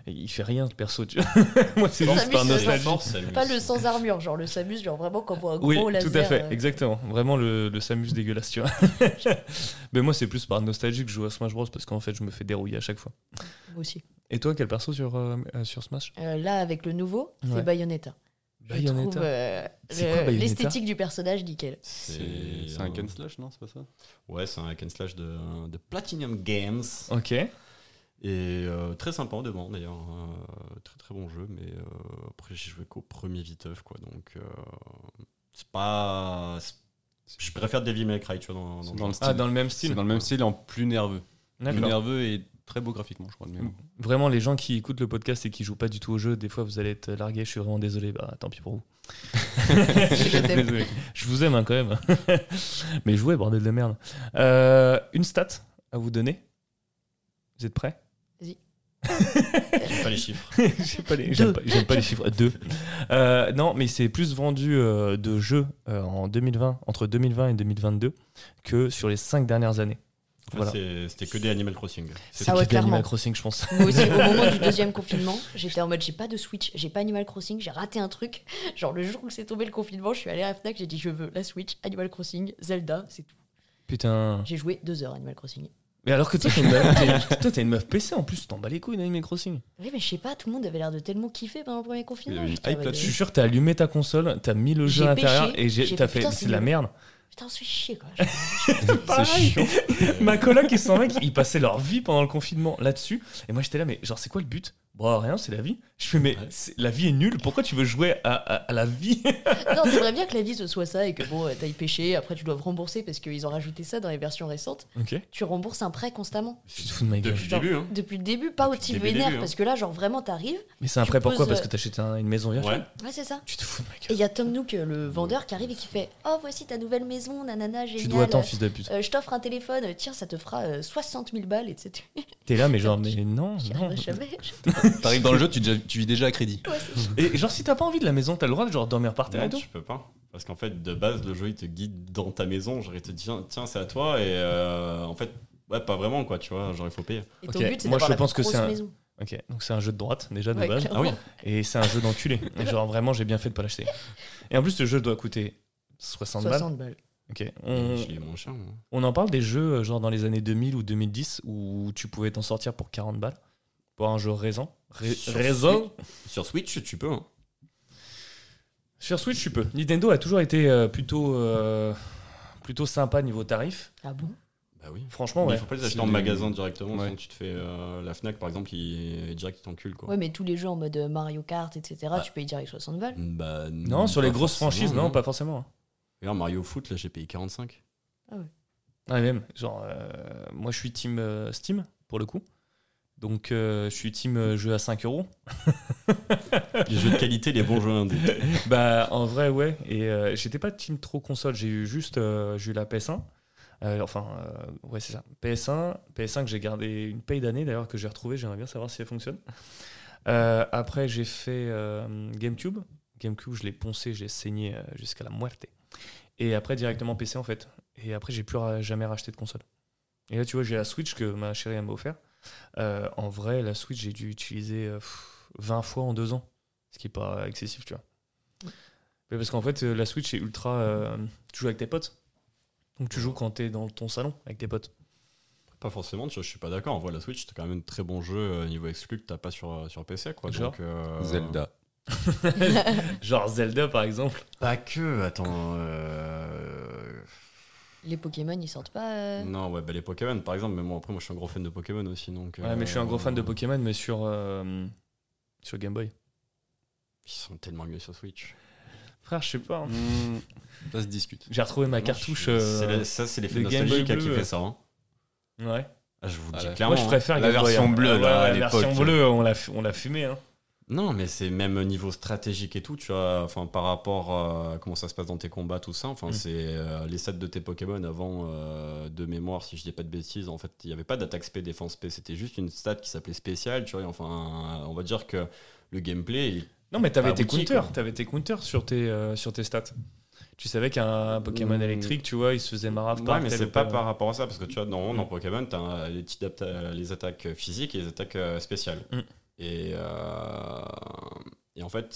Speaker 1: il fait rien, le perso. Tu vois. (laughs) Moi, c'est juste
Speaker 2: Samus,
Speaker 1: par
Speaker 2: c'est
Speaker 1: nostalgie.
Speaker 2: genre-
Speaker 4: Samus.
Speaker 2: Pas le sans armure, genre le Samus, genre vraiment quand on voit un gros
Speaker 1: Oui,
Speaker 2: laser.
Speaker 1: tout à fait,
Speaker 2: euh,
Speaker 1: exactement. Vraiment le, le Samus dégueulasse, tu vois. (laughs) mais moi, c'est plus par nostalgie que je joue à Smash Bros. parce qu'en fait, je me fais dérouiller à chaque fois.
Speaker 2: Moi aussi.
Speaker 1: Et toi, quel perso sur, euh, euh, sur Smash
Speaker 2: Euh, là, avec le nouveau,
Speaker 1: Ouais.
Speaker 2: c'est Bayonetta. Je
Speaker 1: Bayonetta.
Speaker 2: trouve, euh,
Speaker 1: C'est
Speaker 2: le-
Speaker 1: quoi, Bayonetta
Speaker 2: L'esthétique du personnage, nickel.
Speaker 3: C'est c'est un
Speaker 4: Ken
Speaker 3: Ken Slash, non C'est pas ça
Speaker 4: Ouais, c'est un hack and slash de, de Platinum Games.
Speaker 2: euh,
Speaker 1: Ok. Ah,
Speaker 4: Et euh, très sympa en devant d'ailleurs, Euh, très très bon jeu, mais euh, après j'ai joué qu'au premier viteuf quoi, donc euh, c'est pas... c'est- Je préfère Devil May Cry, tu vois, dans,
Speaker 3: C'est
Speaker 4: dans,
Speaker 3: dans le
Speaker 1: Ah,
Speaker 3: style.
Speaker 1: dans le même
Speaker 3: C'est
Speaker 1: style.
Speaker 3: dans le même style, en plus nerveux. Plus
Speaker 1: D'accord.
Speaker 3: nerveux et très beau graphiquement, je crois. de mémoire.
Speaker 1: Vraiment, les gens qui écoutent le podcast et qui jouent pas du tout au jeu, des fois vous allez être largués. Je suis vraiment désolé. Bah, tant pis pour vous.
Speaker 2: Je t'aime.
Speaker 1: Désolé. (laughs) Je vous aime hein, quand même. (laughs) Mais jouez, bordel de merde. Euh, une stat à vous donner. Vous êtes prêts
Speaker 4: j'aime pas
Speaker 2: (laughs)
Speaker 4: les chiffres.
Speaker 1: J'aime pas, les- j'aime
Speaker 2: Deux.
Speaker 1: pas- j'aime pas les chiffres. Deux. Euh, non, mais c'est plus vendu euh, de jeux euh, en 2020, entre 2020 et 2022, que sur les cinq dernières années. Voilà.
Speaker 4: C'est- C'était que des Animal Crossing.
Speaker 1: C'est
Speaker 2: Ah ouais,
Speaker 1: plus
Speaker 2: clairement.
Speaker 1: Animal Crossing, je pense.
Speaker 2: Moi aussi, au moment du deuxième confinement, j'étais en mode j'ai pas de Switch, j'ai pas Animal Crossing, j'ai raté un truc. Genre le jour où c'est tombé le confinement, je suis allée à la Fnac, j'ai dit je veux la Switch, Animal Crossing, Zelda, c'est tout.
Speaker 1: Putain.
Speaker 2: J'ai joué deux heures à Animal Crossing.
Speaker 1: Mais alors que toi, t'es une, meuf- t'es- toi, t'es une meuf PC en plus, t'en bats les couilles d'Animal Crossing.
Speaker 2: Oui, mais je sais pas, tout le monde avait l'air de tellement kiffer pendant le premier confinement.
Speaker 3: Il y avait une
Speaker 2: J'étais en
Speaker 3: hype
Speaker 2: mode,
Speaker 1: Euh, Je
Speaker 3: là-dessus.
Speaker 1: suis sûr, t'as allumé ta console, t'as mis le jeu
Speaker 2: J'ai
Speaker 1: à l'intérieur
Speaker 2: pêché,
Speaker 1: et j'ai-
Speaker 2: j'ai
Speaker 1: t'as
Speaker 2: fait,
Speaker 1: fait,
Speaker 2: putain,
Speaker 1: c'est
Speaker 2: c'est
Speaker 1: de la
Speaker 2: nul.
Speaker 1: merde.
Speaker 2: Putain, je suis chier quoi.
Speaker 1: Pareil.
Speaker 2: (laughs)
Speaker 3: chiant.
Speaker 1: Ma coloc et son mec, ils passaient leur vie pendant le confinement là-dessus. Et moi, j'étais là, mais genre, c'est quoi le but Bon, rien, c'est la vie. Je fais, mais
Speaker 4: Ouais.
Speaker 1: c'est- la vie est nulle. Pourquoi tu veux jouer à, à- à la
Speaker 2: (laughs)
Speaker 1: vie
Speaker 2: non, t'aimerais bien que la vie ce soit ça et que bon, euh, t'ailles pêcher, après tu dois rembourser parce qu'ils ont rajouté ça dans les versions récentes.
Speaker 1: Ok.
Speaker 2: Tu rembourses un prêt constamment.
Speaker 1: Tu te fous de ma gueule.
Speaker 4: Depuis le début, hein.
Speaker 2: Depuis le début, pas
Speaker 4: Depuis
Speaker 2: au
Speaker 4: le
Speaker 2: type
Speaker 4: début,
Speaker 2: vénère,
Speaker 4: début, hein.
Speaker 2: parce que là, genre vraiment, t'arrives.
Speaker 1: Mais c'est un
Speaker 2: Tu
Speaker 1: prêt pourquoi
Speaker 2: poses,
Speaker 1: Parce
Speaker 2: euh,
Speaker 1: que t'achètes un- une maison virtuelle
Speaker 4: Ouais.
Speaker 2: Ouais, c'est ça.
Speaker 1: Tu te fous de ma
Speaker 2: Et il
Speaker 1: gueule.
Speaker 2: y a Tom Nook, euh, le vendeur, qui arrive et qui fait Oh, voici ta nouvelle maison, nanana, génial.
Speaker 1: Tu dois attendre, fils de pute.
Speaker 2: Euh, je t'offre un téléphone, tiens, ça te fera euh, 60 000 balles, etc.
Speaker 1: T'es là, mais genre, mais non,
Speaker 2: (laughs) J'y
Speaker 1: non.
Speaker 2: arriverai jamais.
Speaker 3: T'arrives dans le jeu, tu, déjà- tu vis déjà à crédit.
Speaker 2: Ouais, c'est-
Speaker 1: Et genre, si t'as pas envie de la maison, t'as le droit de genre dormir par terre et
Speaker 4: Non,
Speaker 1: tout.
Speaker 4: Ah tu peux pas. Parce qu'en fait, de base, le jeu, il te guide dans ta maison. Genre, il te dit, tiens, tiens, c'est à toi. Et euh, en fait, ouais, pas vraiment, quoi, tu vois. Genre, il faut payer.
Speaker 2: Et ton
Speaker 1: Ok,
Speaker 2: but, c'est
Speaker 1: moi,
Speaker 2: d'avoir
Speaker 1: je
Speaker 2: la
Speaker 1: pense que
Speaker 2: grosse
Speaker 1: c'est un-
Speaker 2: maison.
Speaker 1: Ok, donc c'est un jeu de droite déjà de
Speaker 2: Ouais,
Speaker 1: base. Ah
Speaker 2: clairement.
Speaker 1: Et c'est un jeu
Speaker 2: (laughs)
Speaker 1: d'enculé. Et genre vraiment, j'ai bien fait de pas l'acheter. Et en plus, ce jeu doit coûter 60 balles.
Speaker 2: 60 balles.
Speaker 1: Ok. On,
Speaker 4: Je l'ai moins cher, moi.
Speaker 1: on en parle des jeux euh, genre dans les années 2000 ou 2010 où tu pouvais t'en sortir pour 40 balles pour un jeu raison. Ré-
Speaker 4: Sur
Speaker 1: raison.
Speaker 4: Sur Switch, tu peux. hein.
Speaker 1: Sur Switch, tu peux. Nintendo a toujours été euh, plutôt euh, plutôt sympa niveau tarif.
Speaker 2: Ah bon
Speaker 4: Bah oui.
Speaker 1: Franchement,
Speaker 4: Mais
Speaker 1: ouais.
Speaker 4: Il faut pas les
Speaker 3: C'est
Speaker 4: acheter en
Speaker 3: des-
Speaker 4: magasin directement,
Speaker 3: Ouais.
Speaker 4: sinon tu te fais euh, la Fnac par exemple, qui direct il t'encule quoi.
Speaker 2: Ouais, mais tous les jeux en mode euh, Mario Kart, etc.,
Speaker 4: Ah.
Speaker 2: tu payes direct 60 balles.
Speaker 4: Bah,
Speaker 1: Non, sur les
Speaker 4: pas
Speaker 1: grosses
Speaker 4: forcément, hein.
Speaker 1: franchises, non, pas forcément.
Speaker 4: Regarde, Mario Foot, là j'ai payé 45.
Speaker 1: Ah, même, genre, euh, moi je suis team euh, Steam pour le coup. Donc euh, je suis team euh, jeu à 5 euros.
Speaker 4: Les jeux de qualité, les bons jeux indés.
Speaker 1: (laughs) Bah en vrai ouais et euh, j'étais pas team trop console j'ai eu juste euh, j'ai eu la PS1 Euh, enfin euh, ouais c'est ça PS1 PS1 que j'ai gardé une paye d'année d'ailleurs que j'ai retrouvé j'aimerais bien savoir si elle fonctionne Euh, après j'ai fait euh, GameCube GameCube je l'ai poncé j'ai saigné euh, jusqu'à la muerte et après directement PC en fait et après j'ai plus ra- jamais racheté de console et là tu vois j'ai la Switch que ma chérie elle m'a offert Euh, en vrai la Switch j'ai dû utiliser euh, pff, 20 fois en deux ans ce qui est pas excessif tu vois mais parce qu'en fait, euh, la Switch est ultra. euh, tu joues avec tes potes. Donc tu joues quand t'es dans ton salon avec tes potes.
Speaker 4: (laughs) Pas forcément, tu vois, je suis pas d'accord. On voit la Switch, t'as quand même de très bons jeux euh, niveau exclu que t'as pas sur, euh, sur PC quoi.
Speaker 1: Genre
Speaker 4: donc, euh,
Speaker 3: Zelda.
Speaker 1: Genre Zelda par exemple.
Speaker 4: Pas que, attends. euh,
Speaker 1: Mm.
Speaker 2: Les Pokémon, ils sortent pas. euh,
Speaker 4: Non, ouais, bah les Pokémon par exemple, mais moi après, moi je suis un gros fan de Pokémon aussi donc.
Speaker 1: Ouais, mais je suis un gros fan de
Speaker 4: euh,
Speaker 1: Pokémon, mais sur. euh, sur Game Boy.
Speaker 4: Ils sont tellement mieux sur Switch.
Speaker 1: Frère, je sais pas. hein.
Speaker 3: Hmm. Ça se discute.
Speaker 1: J'ai retrouvé ma
Speaker 4: Moi,
Speaker 1: cartouche.
Speaker 4: je-
Speaker 1: euh,
Speaker 4: c'est la- Ça, c'est l'effet
Speaker 1: de Game Boy
Speaker 4: nostalgique hein, qui
Speaker 1: bleu.
Speaker 4: fait ça. hein.
Speaker 1: Ouais.
Speaker 4: Ah, je vous le
Speaker 3: Ah
Speaker 4: dis
Speaker 3: ouais.
Speaker 4: clairement.
Speaker 1: Moi, je préfère
Speaker 3: la
Speaker 1: Game Boy,
Speaker 3: version
Speaker 1: hein.
Speaker 3: bleue,
Speaker 1: Ouais,
Speaker 3: là, à
Speaker 1: La version
Speaker 3: l'époque.
Speaker 1: bleue, on l'a, fu- on l'a fumée. Hein.
Speaker 4: Non, mais c'est même niveau stratégique et tout, tu vois, enfin, par rapport à comment ça se passe dans tes combats, tout ça. Enfin,
Speaker 1: Mm.
Speaker 4: c'est euh, les stats de tes Pokémon avant euh, de mémoire, si je dis pas de bêtises. En fait, il n'y avait pas d'attaque SP, défense SP, c'était juste une stat qui s'appelait spéciale, tu vois. et enfin, on va dire que le gameplay, il-
Speaker 1: Non, mais t'avais
Speaker 4: Pas
Speaker 1: tes
Speaker 4: abouti,
Speaker 1: counters.
Speaker 4: quoi.
Speaker 1: T'avais tes counters sur tes, euh, sur tes stats. Tu savais qu'un Pokémon
Speaker 4: Mm.
Speaker 1: électrique, tu vois, il se faisait marave
Speaker 4: Ouais,
Speaker 1: par
Speaker 4: mais
Speaker 1: tel
Speaker 4: c'est
Speaker 1: ou
Speaker 4: pas
Speaker 1: tel-
Speaker 4: par rapport à ça, parce que tu vois, normalement, dans Pokémon, t'as euh, les, petites apta- les attaques physiques et les attaques euh, spéciales.
Speaker 1: Mm.
Speaker 4: Et, euh, et en fait,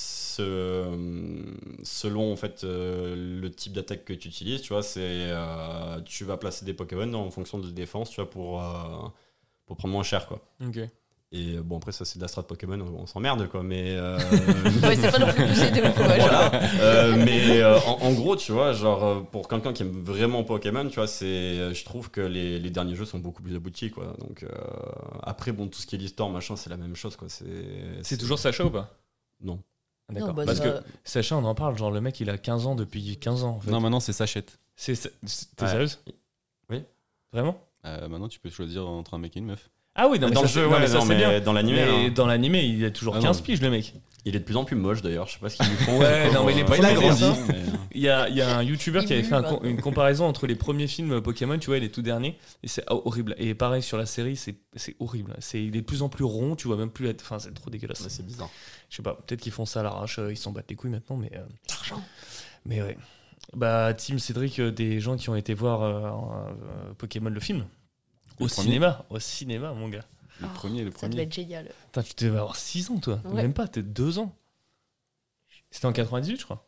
Speaker 4: ce- selon en fait, euh, le type d'attaque que tu utilises, tu vois, c'est euh, tu vas placer des Pokémon en fonction de la défense, tu vois, pour, euh, pour prendre moins cher, quoi.
Speaker 1: Ok.
Speaker 4: Et euh, bon, après, ça, c'est de la strat Pokémon, on, on s'emmerde, quoi, mais...
Speaker 2: (laughs)
Speaker 4: euh,
Speaker 2: (laughs) Ouais, c'est pas non plus poussé de ouf, ouais, genre.
Speaker 4: voilà. Euh, mais euh, en, en gros, tu vois, genre euh, pour quelqu'un qui aime vraiment Pokémon, tu vois, c'est, euh, je trouve que les, les derniers jeux sont beaucoup plus aboutis, quoi. Donc euh, après, bon, tout ce qui est l'histoire, machin, c'est la même chose, quoi. C'est,
Speaker 1: C'est toujours Sacha ou pas
Speaker 4: non.
Speaker 2: Non,
Speaker 1: D'accord.
Speaker 2: bah,
Speaker 1: Parce
Speaker 2: ça-
Speaker 1: que Sacha, on en parle, genre le mec il a 15 ans depuis 15 ans. En fait.
Speaker 3: Non, maintenant c'est Sachette.
Speaker 1: C'est- c'est- c'est- T'es
Speaker 4: Ouais.
Speaker 1: sérieuse
Speaker 4: Oui.
Speaker 1: Vraiment
Speaker 3: Euh, maintenant tu peux choisir entre un mec et une meuf.
Speaker 1: Ah oui, non, mais
Speaker 4: dans
Speaker 1: ça,
Speaker 4: le
Speaker 1: c'est-
Speaker 4: jeu,
Speaker 1: non,
Speaker 4: ouais,
Speaker 1: mais ça
Speaker 4: non,
Speaker 1: c'est
Speaker 4: mais
Speaker 1: bien.
Speaker 4: dans l'animé,
Speaker 1: Mais
Speaker 4: hein,
Speaker 1: dans l'animé, il a toujours
Speaker 4: Ah non.
Speaker 1: 15 piges le mec.
Speaker 4: il est de plus en plus moche d'ailleurs. Je sais pas ce qu'ils lui font.
Speaker 1: Ouais, non, mais il est pas-
Speaker 4: il a
Speaker 1: il a
Speaker 4: grandi.
Speaker 1: grandi. Il y a, il y a un youtubeur qui avait
Speaker 2: Il
Speaker 1: fait un
Speaker 2: mue,
Speaker 1: com-
Speaker 2: quoi.
Speaker 1: une comparaison entre les premiers films Pokémon, tu vois, et les tout derniers, et c'est oh, horrible. Et pareil sur la série, c'est c'est horrible. C'est il est de plus en plus rond, tu vois même plus la t- Enfin, c'est trop dégueulasse.
Speaker 4: Mais c'est bizarre.
Speaker 1: Je sais pas, peut-être qu'ils font ça à l'arrache, euh, ils s'en battent les couilles maintenant, mais. euh,
Speaker 2: L'argent.
Speaker 1: Mais ouais. Bah, Tim Cédric, euh, des gens qui ont été voir euh, euh, Pokémon le film.
Speaker 3: Le
Speaker 1: au
Speaker 3: premier.
Speaker 1: cinéma, au cinéma, mon gars.
Speaker 3: Le
Speaker 2: Oh,
Speaker 3: premier, le
Speaker 2: Ça devait
Speaker 3: premier.
Speaker 2: être génial.
Speaker 1: Putain, tu devais avoir 6 ans, toi.
Speaker 2: Ouais.
Speaker 1: Même pas, t'es 2 ans. C'était en 98, je crois.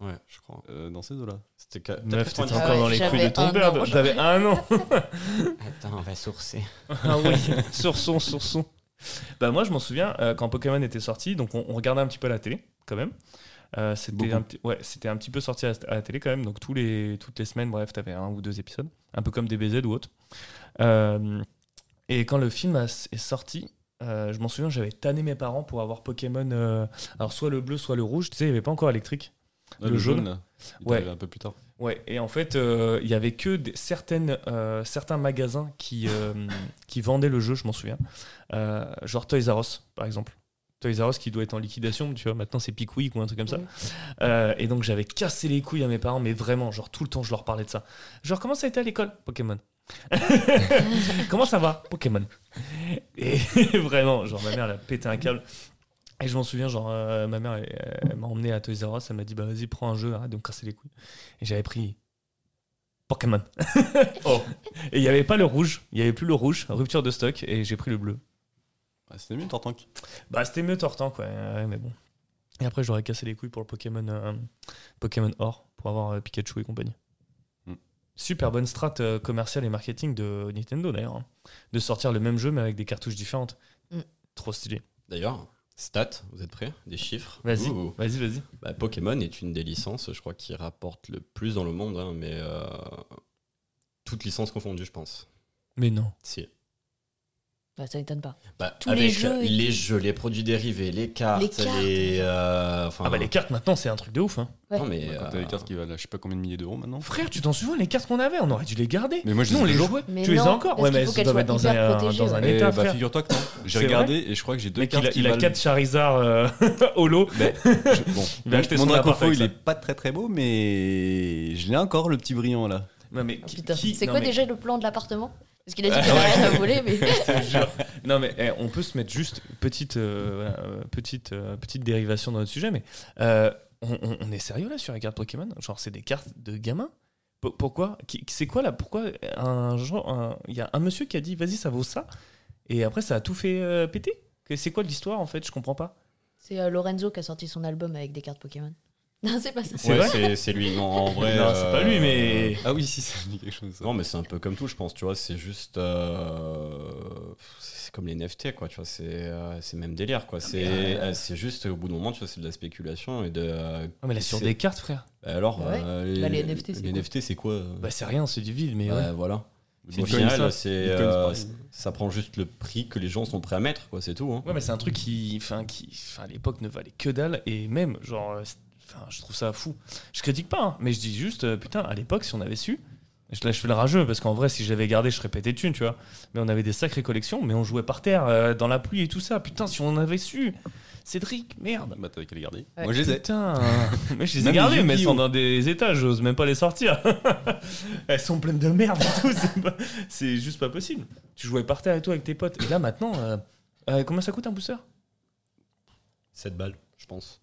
Speaker 4: Ouais, je crois.
Speaker 3: Euh, dans ces eaux-là.
Speaker 4: C'était ca-
Speaker 1: Meuf, t'étais
Speaker 4: peut-être 90.
Speaker 1: encore dans les
Speaker 2: Ah j'avais
Speaker 1: couilles de ton
Speaker 2: un
Speaker 1: père.
Speaker 2: an,
Speaker 1: toi.
Speaker 2: je-
Speaker 1: T'avais un an.
Speaker 4: Attends, on va sourcer.
Speaker 1: ah oui, (laughs) sur son, sur son. Bah, moi, je m'en souviens, euh, quand Pokémon était sorti, donc on, on regardait un petit peu la télé, quand même. Euh, c'était
Speaker 3: Beaucoup.
Speaker 1: un, petit- ouais, c'était un petit peu sorti à, à la télé quand même, donc tous les, toutes les semaines, bref, t'avais un ou deux épisodes, un peu comme DBZ ou autre. Euh, et quand le film a- est sorti, euh, je m'en souviens, j'avais tanné mes parents pour avoir Pokémon, euh, alors soit le bleu, soit le rouge, tu sais, il n'y avait pas encore électrique.
Speaker 3: Ah,
Speaker 1: Le jaune.
Speaker 3: là. Il
Speaker 1: Ouais.
Speaker 3: arrive un peu plus tard.
Speaker 1: Ouais, et en fait, euh, il y avait que des- certaines, euh, certains magasins qui, euh, (laughs) qui vendaient le jeu, je m'en souviens. Euh, genre Toys R Us, par exemple. Toys R Us qui doit être en liquidation, tu vois, maintenant c'est Pickwick ou un truc comme ça.
Speaker 2: Mhm.
Speaker 1: Euh, et donc j'avais cassé les couilles à mes parents, mais vraiment, genre tout le temps, je leur parlais de ça. Genre, comment ça a été à l'école Pokémon. (laughs) comment ça va Pokémon. Et (laughs) vraiment, genre ma mère, elle a pété un câble. Et je m'en souviens, genre, euh, ma mère, elle, elle m'a emmené à Toys R Us, elle m'a dit, bah vas-y, prends un jeu, arrête de me casser les couilles. Et j'avais pris Pokémon. (laughs) Oh. Et il n'y avait pas le rouge, il n'y avait plus le rouge, rupture de stock, et j'ai pris le bleu.
Speaker 3: Ah, C'était mieux Tortank.
Speaker 1: Bah, c'était mieux Tortan, quoi, ouais, mais bon. Et après, j'aurais cassé les couilles pour le Pokémon, euh, Pokémon Or, pour avoir euh, Pikachu et compagnie. Mm.
Speaker 3: Hmm.
Speaker 1: Super bonne strat euh, commerciale et marketing de Nintendo, d'ailleurs. hein. De sortir le même jeu, mais avec des cartouches différentes.
Speaker 2: Hmm.
Speaker 1: Trop stylé.
Speaker 4: D'ailleurs, stats, vous êtes prêts Des chiffres
Speaker 1: Vas-y,
Speaker 4: Ouh.
Speaker 1: vas-y, vas-y.
Speaker 4: Bah, Pokémon est une des licences, je crois, qui rapporte le plus dans le monde, hein, mais euh, toutes licences confondues, je pense.
Speaker 1: Mais non.
Speaker 4: Si.
Speaker 2: Bah, ça m'étonne pas.
Speaker 4: Bah,
Speaker 2: Tous
Speaker 4: avec
Speaker 2: les jeux et
Speaker 4: les
Speaker 2: tout.
Speaker 4: jeux, les produits dérivés, les cartes,
Speaker 2: Les
Speaker 4: les.
Speaker 2: cartes.
Speaker 4: euh, enfin,
Speaker 1: Ah bah, les cartes, maintenant, c'est un truc de ouf, hein.
Speaker 2: Ouais.
Speaker 4: Non, mais.
Speaker 3: Bah, Quand t'as
Speaker 4: euh,
Speaker 3: les cartes qui valent je sais pas combien de milliers d'euros maintenant.
Speaker 1: Frère, tu t'en souviens, les cartes qu'on avait, on aurait dû les garder.
Speaker 3: Mais moi, je
Speaker 1: Nous,
Speaker 3: les
Speaker 1: on
Speaker 3: ai
Speaker 1: les
Speaker 3: toujours.
Speaker 1: jouait.
Speaker 2: Mais
Speaker 1: tu les
Speaker 2: non,
Speaker 1: as encore
Speaker 2: parce
Speaker 1: Ouais,
Speaker 2: qu'il
Speaker 1: mais
Speaker 2: faut
Speaker 1: elles
Speaker 2: qu'elles
Speaker 1: doivent
Speaker 2: soient
Speaker 1: être dans
Speaker 2: hyper
Speaker 1: un,
Speaker 2: protégées,
Speaker 1: dans un
Speaker 2: ouais.
Speaker 3: Eh,
Speaker 1: état,
Speaker 3: bah,
Speaker 1: frère. (laughs)
Speaker 3: figure-toi que non. J'ai
Speaker 1: C'est
Speaker 3: regardé et je crois que j'ai deux
Speaker 1: Mec,
Speaker 3: cartes
Speaker 1: il a,
Speaker 3: qui
Speaker 1: il a
Speaker 3: valent-
Speaker 1: 4 Charizard euh, (laughs) holo.
Speaker 3: Ben, je- bon,
Speaker 1: (laughs) Il va acheter
Speaker 3: mon
Speaker 1: son appart
Speaker 3: Dracofo,
Speaker 1: avec
Speaker 3: il
Speaker 1: ça.
Speaker 3: est pas très très beau, mais je l'ai encore le petit brillant là.
Speaker 1: Non, mais
Speaker 2: Oh,
Speaker 1: qui-
Speaker 2: putain.
Speaker 1: qui-
Speaker 2: C'est
Speaker 1: non,
Speaker 2: quoi
Speaker 1: mais-
Speaker 2: déjà le plan de l'appartement Parce qu'il a
Speaker 1: (laughs)
Speaker 2: dit qu'il avait rien à voler, mais.
Speaker 1: Non mais eh, on peut se mettre juste petite euh, voilà, euh, petite euh, petite dérivation dans notre sujet, mais euh, on, on- on est sérieux là sur les cartes Pokémon Genre c'est des cartes de gamins Po- Pourquoi Qui- C'est quoi là Pourquoi un genre un- il y a un monsieur qui a dit vas-y ça vaut ça et après ça a tout fait euh, péter Que- C'est quoi l'histoire en fait Je comprends pas.
Speaker 2: C'est euh, Lorenzo qui a sorti son album avec des cartes Pokémon. (laughs) Non, c'est pas ça.
Speaker 1: C'est
Speaker 4: ouais,
Speaker 1: vrai
Speaker 4: c'est- c'est lui.
Speaker 1: (laughs)
Speaker 4: Non, en vrai. euh,
Speaker 1: Non, c'est pas lui, mais-
Speaker 3: Ah oui, si, ça me dit quelque chose. ça.
Speaker 4: Non, mais c'est un peu comme tout, je pense, tu vois, c'est juste... euh, C'est comme les NFT, quoi, tu vois, c'est euh, c'est le même délire,
Speaker 2: Ah,
Speaker 4: quoi. C'est euh, c'est juste, au bout d'un moment, tu vois, c'est de la spéculation et de... euh,
Speaker 1: Ah, mais là sur
Speaker 4: c'est-
Speaker 1: des cartes frère.
Speaker 4: bah alors,
Speaker 2: Bah ouais.
Speaker 4: euh,
Speaker 2: Bah, les NFT, c'est
Speaker 4: Les
Speaker 2: quoi
Speaker 4: NFT, c'est quoi euh
Speaker 1: Bah c'est rien c'est du vide mais
Speaker 4: Bah,
Speaker 1: ouais.
Speaker 4: Voilà.
Speaker 3: Le
Speaker 4: Au
Speaker 3: Bitcoin,
Speaker 4: final,
Speaker 3: ça.
Speaker 4: c'est...
Speaker 3: Bitcoin,
Speaker 4: euh,
Speaker 3: c'est pareil.
Speaker 4: ça prend juste le prix que les gens sont prêts à mettre, quoi, c'est tout. hein.
Speaker 1: Ouais, mais c'est un truc qui, enfin, qui, enfin, à l'époque ne valait que dalle et même, genre, euh, c'est- enfin, je trouve ça fou. Je critique pas, hein, mais je dis juste, euh, putain, à l'époque, si on avait su, je, là, je fais le rageux parce qu'en vrai, si je l'avais gardé, je serais pété de thunes, tu vois. Mais on avait des sacrées collections, mais on jouait par terre, euh, dans la pluie et tout ça. Putain, si on avait su, Cédric, merde.
Speaker 3: Bah, t'avais qu'à les garder.
Speaker 2: Ouais.
Speaker 3: Moi,
Speaker 1: (laughs)
Speaker 3: je les ai.
Speaker 1: Putain, mais je les ai
Speaker 3: Même
Speaker 1: gardées,
Speaker 3: les
Speaker 1: mais elles sont
Speaker 3: Yu-Gi-Oh.
Speaker 1: dans des étages, j'ose même pas les sortir. (laughs) elles sont pleines de merde et tout, c'est pas- c'est juste pas possible. Tu jouais par terre et tout avec tes potes. Et là maintenant, euh, euh, combien ça coûte un booster
Speaker 4: 7 balles, je pense.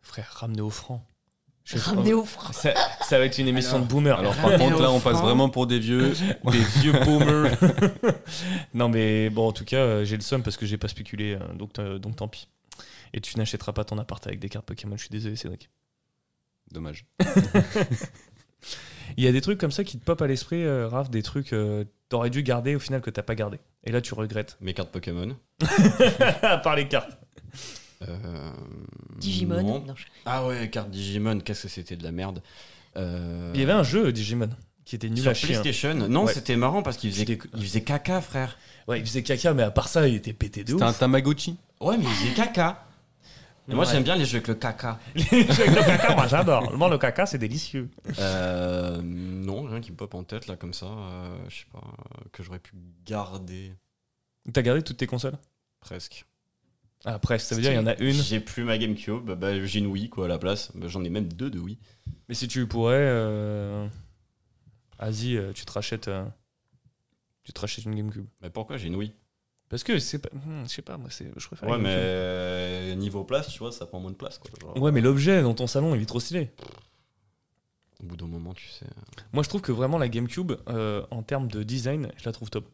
Speaker 1: Frère, ramenez au franc. Je-
Speaker 2: Ramené au franc.
Speaker 1: ça, ça va être une émission de boomer.
Speaker 3: Alors, par contre, là, on passe vraiment pour
Speaker 1: (laughs)
Speaker 3: des vieux, des vieux boomers.
Speaker 1: non, mais bon, en tout cas, euh, j'ai le somme parce que j'ai pas spéculé, euh, donc, euh, donc tant pis. Et tu n'achèteras pas ton appart avec des cartes Pokémon, je suis désolé, Cédric.
Speaker 3: Dommage.
Speaker 1: Il y a des trucs comme ça qui te popent à l'esprit, euh, Raph, des trucs euh, t'aurais dû garder au final que t'as pas gardé. Et là, tu regrettes. (laughs)
Speaker 4: Mes cartes Pokémon.
Speaker 1: Par les cartes.
Speaker 4: Euh,
Speaker 2: Digimon.
Speaker 4: non.
Speaker 2: Non, je-
Speaker 4: Ah ouais, cartes Digimon, qu'est-ce que c'était de la merde. Euh,
Speaker 1: Il y avait un jeu euh, Digimon qui était nul
Speaker 4: Sur
Speaker 1: à chier. hein.
Speaker 4: PlayStation, non,
Speaker 1: Ouais.
Speaker 4: c'était marrant parce qu'il faisait,
Speaker 1: C'était-
Speaker 4: il faisait caca, frère.
Speaker 1: Ouais, il faisait caca, mais à part ça, il était pété de ouf.
Speaker 3: C'était un Tamagotchi.
Speaker 4: Ouais, mais il faisait caca. Et moi,
Speaker 1: Ouais. (laughs)
Speaker 4: j'aime bien les jeux avec le caca.
Speaker 1: le caca, moi
Speaker 4: (laughs)
Speaker 1: j'adore. Moi, le caca, c'est délicieux.
Speaker 4: Euh, non, rien qui me pop en tête, là, comme ça. euh, je sais pas, euh, que j'aurais pu garder
Speaker 1: T'as gardé toutes tes consoles
Speaker 4: presque.
Speaker 1: Ah, Après, ça veut dire il y en a une.
Speaker 4: J'ai plus ma Gamecube, bah, bah, j'ai une Wii, quoi, à la place. Bah, J'en ai même deux de Wii.
Speaker 1: Mais si tu pourrais, euh... Asie, euh, tu te rachètes, euh, tu te rachètes une GameCube.
Speaker 4: Mais pourquoi j'ai une Wii
Speaker 1: Parce que c'est, pas... hmm, je sais pas, moi c'est, je préfère. la
Speaker 4: Ouais, mais
Speaker 1: GameCube.
Speaker 4: euh, niveau place, tu vois, ça prend moins de place, quoi. Genre,
Speaker 1: Ouais, mais l'objet dans ton salon, il est trop stylé.
Speaker 4: Au bout d'un moment, tu sais.
Speaker 1: Moi, je trouve que vraiment la GameCube, euh, en termes de design, je la trouve top.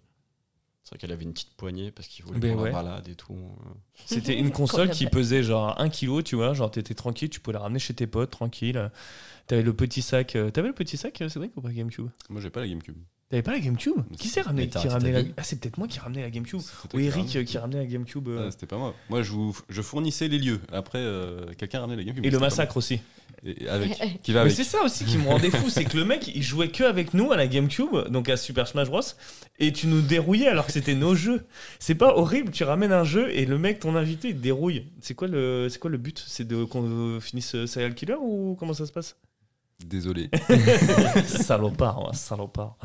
Speaker 4: C'est vrai qu'elle avait une petite poignée parce qu'il voulait
Speaker 1: Ben
Speaker 4: pour
Speaker 1: ouais.
Speaker 4: la balade et tout.
Speaker 1: C'était une console qui pesait genre 1 kg, tu vois, genre t'étais tranquille, tu pouvais la ramener chez tes potes tranquille. T'avais le petit sac, euh, t'avais le petit sac, euh, Cédric, ou pas GameCube
Speaker 3: Moi, j'ai pas la Gamecube.
Speaker 1: T'avais pas la GameCube Qui c'est ramené,
Speaker 4: Mais t'as-
Speaker 1: qui
Speaker 4: t'as
Speaker 1: ramené la...
Speaker 4: dit
Speaker 1: Ah, c'est peut-être moi qui ramenais la GameCube.
Speaker 3: C'était
Speaker 1: Ou
Speaker 3: toi
Speaker 1: Eric
Speaker 3: ramenais.
Speaker 1: euh, qui ramenait la GameCube. euh,
Speaker 3: Ah, C'était pas moi. Moi, je, vous, je fournissais les lieux. Après, euh, quelqu'un ramenait les games.
Speaker 1: Et le massacre aussi.
Speaker 3: avec. Qui va avec.
Speaker 1: Mais c'est ça aussi qui me rendait fou, c'est que le mec, il jouait que avec nous à la GameCube, donc à Super Smash Bros. Et tu nous dérouillais alors que c'était nos jeux. C'est pas horrible, tu ramènes un jeu et le mec, ton invité, il te dérouille. C'est quoi le, c'est quoi le but C'est de qu'on finisse euh, Serial Killer ou comment ça se passe
Speaker 3: (laughs) Désolé.
Speaker 1: (laughs) Salopard, ouais, salopard.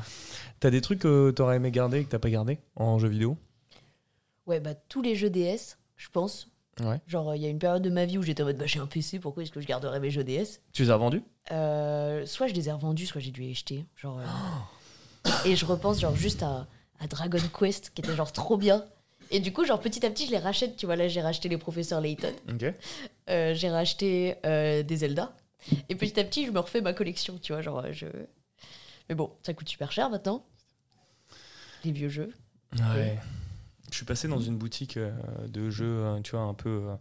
Speaker 1: T'as des trucs que t'aurais aimé garder et que t'as pas gardé en jeu vidéo
Speaker 2: Ouais, bah tous les jeux DS, je pense.
Speaker 1: Ouais.
Speaker 2: Genre, euh, il y a une période de ma vie où j'étais en mode, bah j'ai un PC, pourquoi est-ce que je garderais mes jeux DS
Speaker 1: Tu les as vendus
Speaker 2: Euh, soit je les ai revendus, soit j'ai dû les jeter. Genre, euh, Et je repense genre juste à, à Dragon Quest, qui était genre trop bien. Et du coup, genre petit à petit, je les rachète. Tu vois, là, j'ai racheté les professeurs Layton,
Speaker 1: Ok.
Speaker 2: euh, j'ai racheté euh, des Zelda. Et petit à petit, je me refais ma collection, tu vois. Genre, euh, je... Mais bon, ça coûte super cher maintenant. Les vieux jeux.
Speaker 1: Ouais. Je suis passé dans une boutique euh, de jeux, euh, tu vois, un peu euh,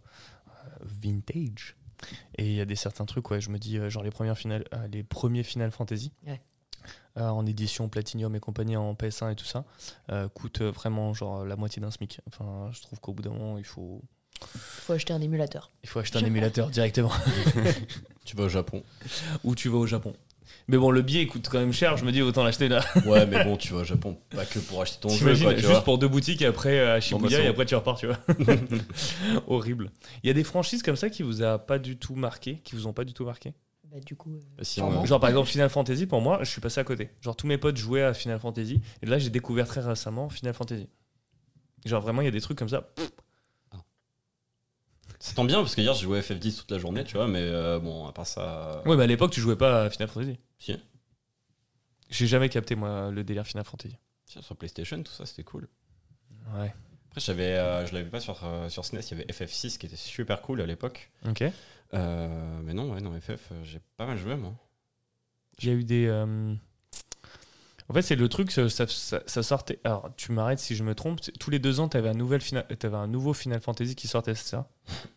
Speaker 1: vintage. Et il y a des certains trucs, ouais, je me dis, euh, genre les, premières finales, euh, les premiers Final Fantasy,
Speaker 2: Ouais.
Speaker 1: euh, en édition Platinum et compagnie en PS1 et tout ça, euh, coûtent euh, vraiment genre la moitié d'un SMIC. Enfin, je trouve qu'au bout d'un moment, il faut,
Speaker 2: Faut acheter un émulateur.
Speaker 1: il faut acheter un émulateur directement.
Speaker 4: Tu vas au Japon.
Speaker 1: Ou tu vas au Japon. Mais bon, le billet coûte quand même cher, je me dis, autant l'acheter là.
Speaker 4: Ouais, mais bon, tu vas au Japon, pas que pour acheter ton jeu,
Speaker 1: T'imagines,
Speaker 4: quoi, tu
Speaker 1: juste
Speaker 4: vois.
Speaker 1: pour deux boutiques et après euh, à Shibuya
Speaker 3: Bon, bah, ça
Speaker 1: et
Speaker 3: va.
Speaker 1: après tu repars, tu
Speaker 4: (laughs)
Speaker 1: vois. Horrible. Il y a des franchises comme ça qui vous a pas du tout marqué, qui vous ont pas du tout marqué.
Speaker 2: Bah, du coup, euh,
Speaker 4: Si
Speaker 2: Sûrement.
Speaker 4: on-
Speaker 1: Genre par exemple Final Fantasy pour moi, je suis passé à côté. Genre tous mes potes jouaient à Final Fantasy et là j'ai découvert très récemment Final Fantasy. Genre vraiment il y a des trucs comme ça.
Speaker 4: Ça tombe bien parce que hier j'ai joué à FF10 toute la journée, tu vois, mais euh, bon, à part ça. euh,
Speaker 1: Ouais, mais à l'époque tu jouais pas à Final Fantasy.
Speaker 4: Si.
Speaker 1: J'ai jamais capté moi le délire Final Fantasy.
Speaker 4: tiens, sur PlayStation, tout ça, c'était cool.
Speaker 1: Ouais.
Speaker 4: Après, j'avais, euh, je l'avais pas sur, euh, sur SNES, il y avait FF6 qui était super cool à l'époque.
Speaker 1: OK.
Speaker 4: Euh, mais non, ouais, non, FF, euh, j'ai pas mal joué, moi.
Speaker 1: Il y a eu des. euh, En fait, c'est le truc, ça, ça- ça- ça sortait. Alors, tu m'arrêtes si je me trompe. c'est- Tous les deux ans, t'avais un, nouvel fina- t'avais un nouveau Final Fantasy qui sortait, c'est ça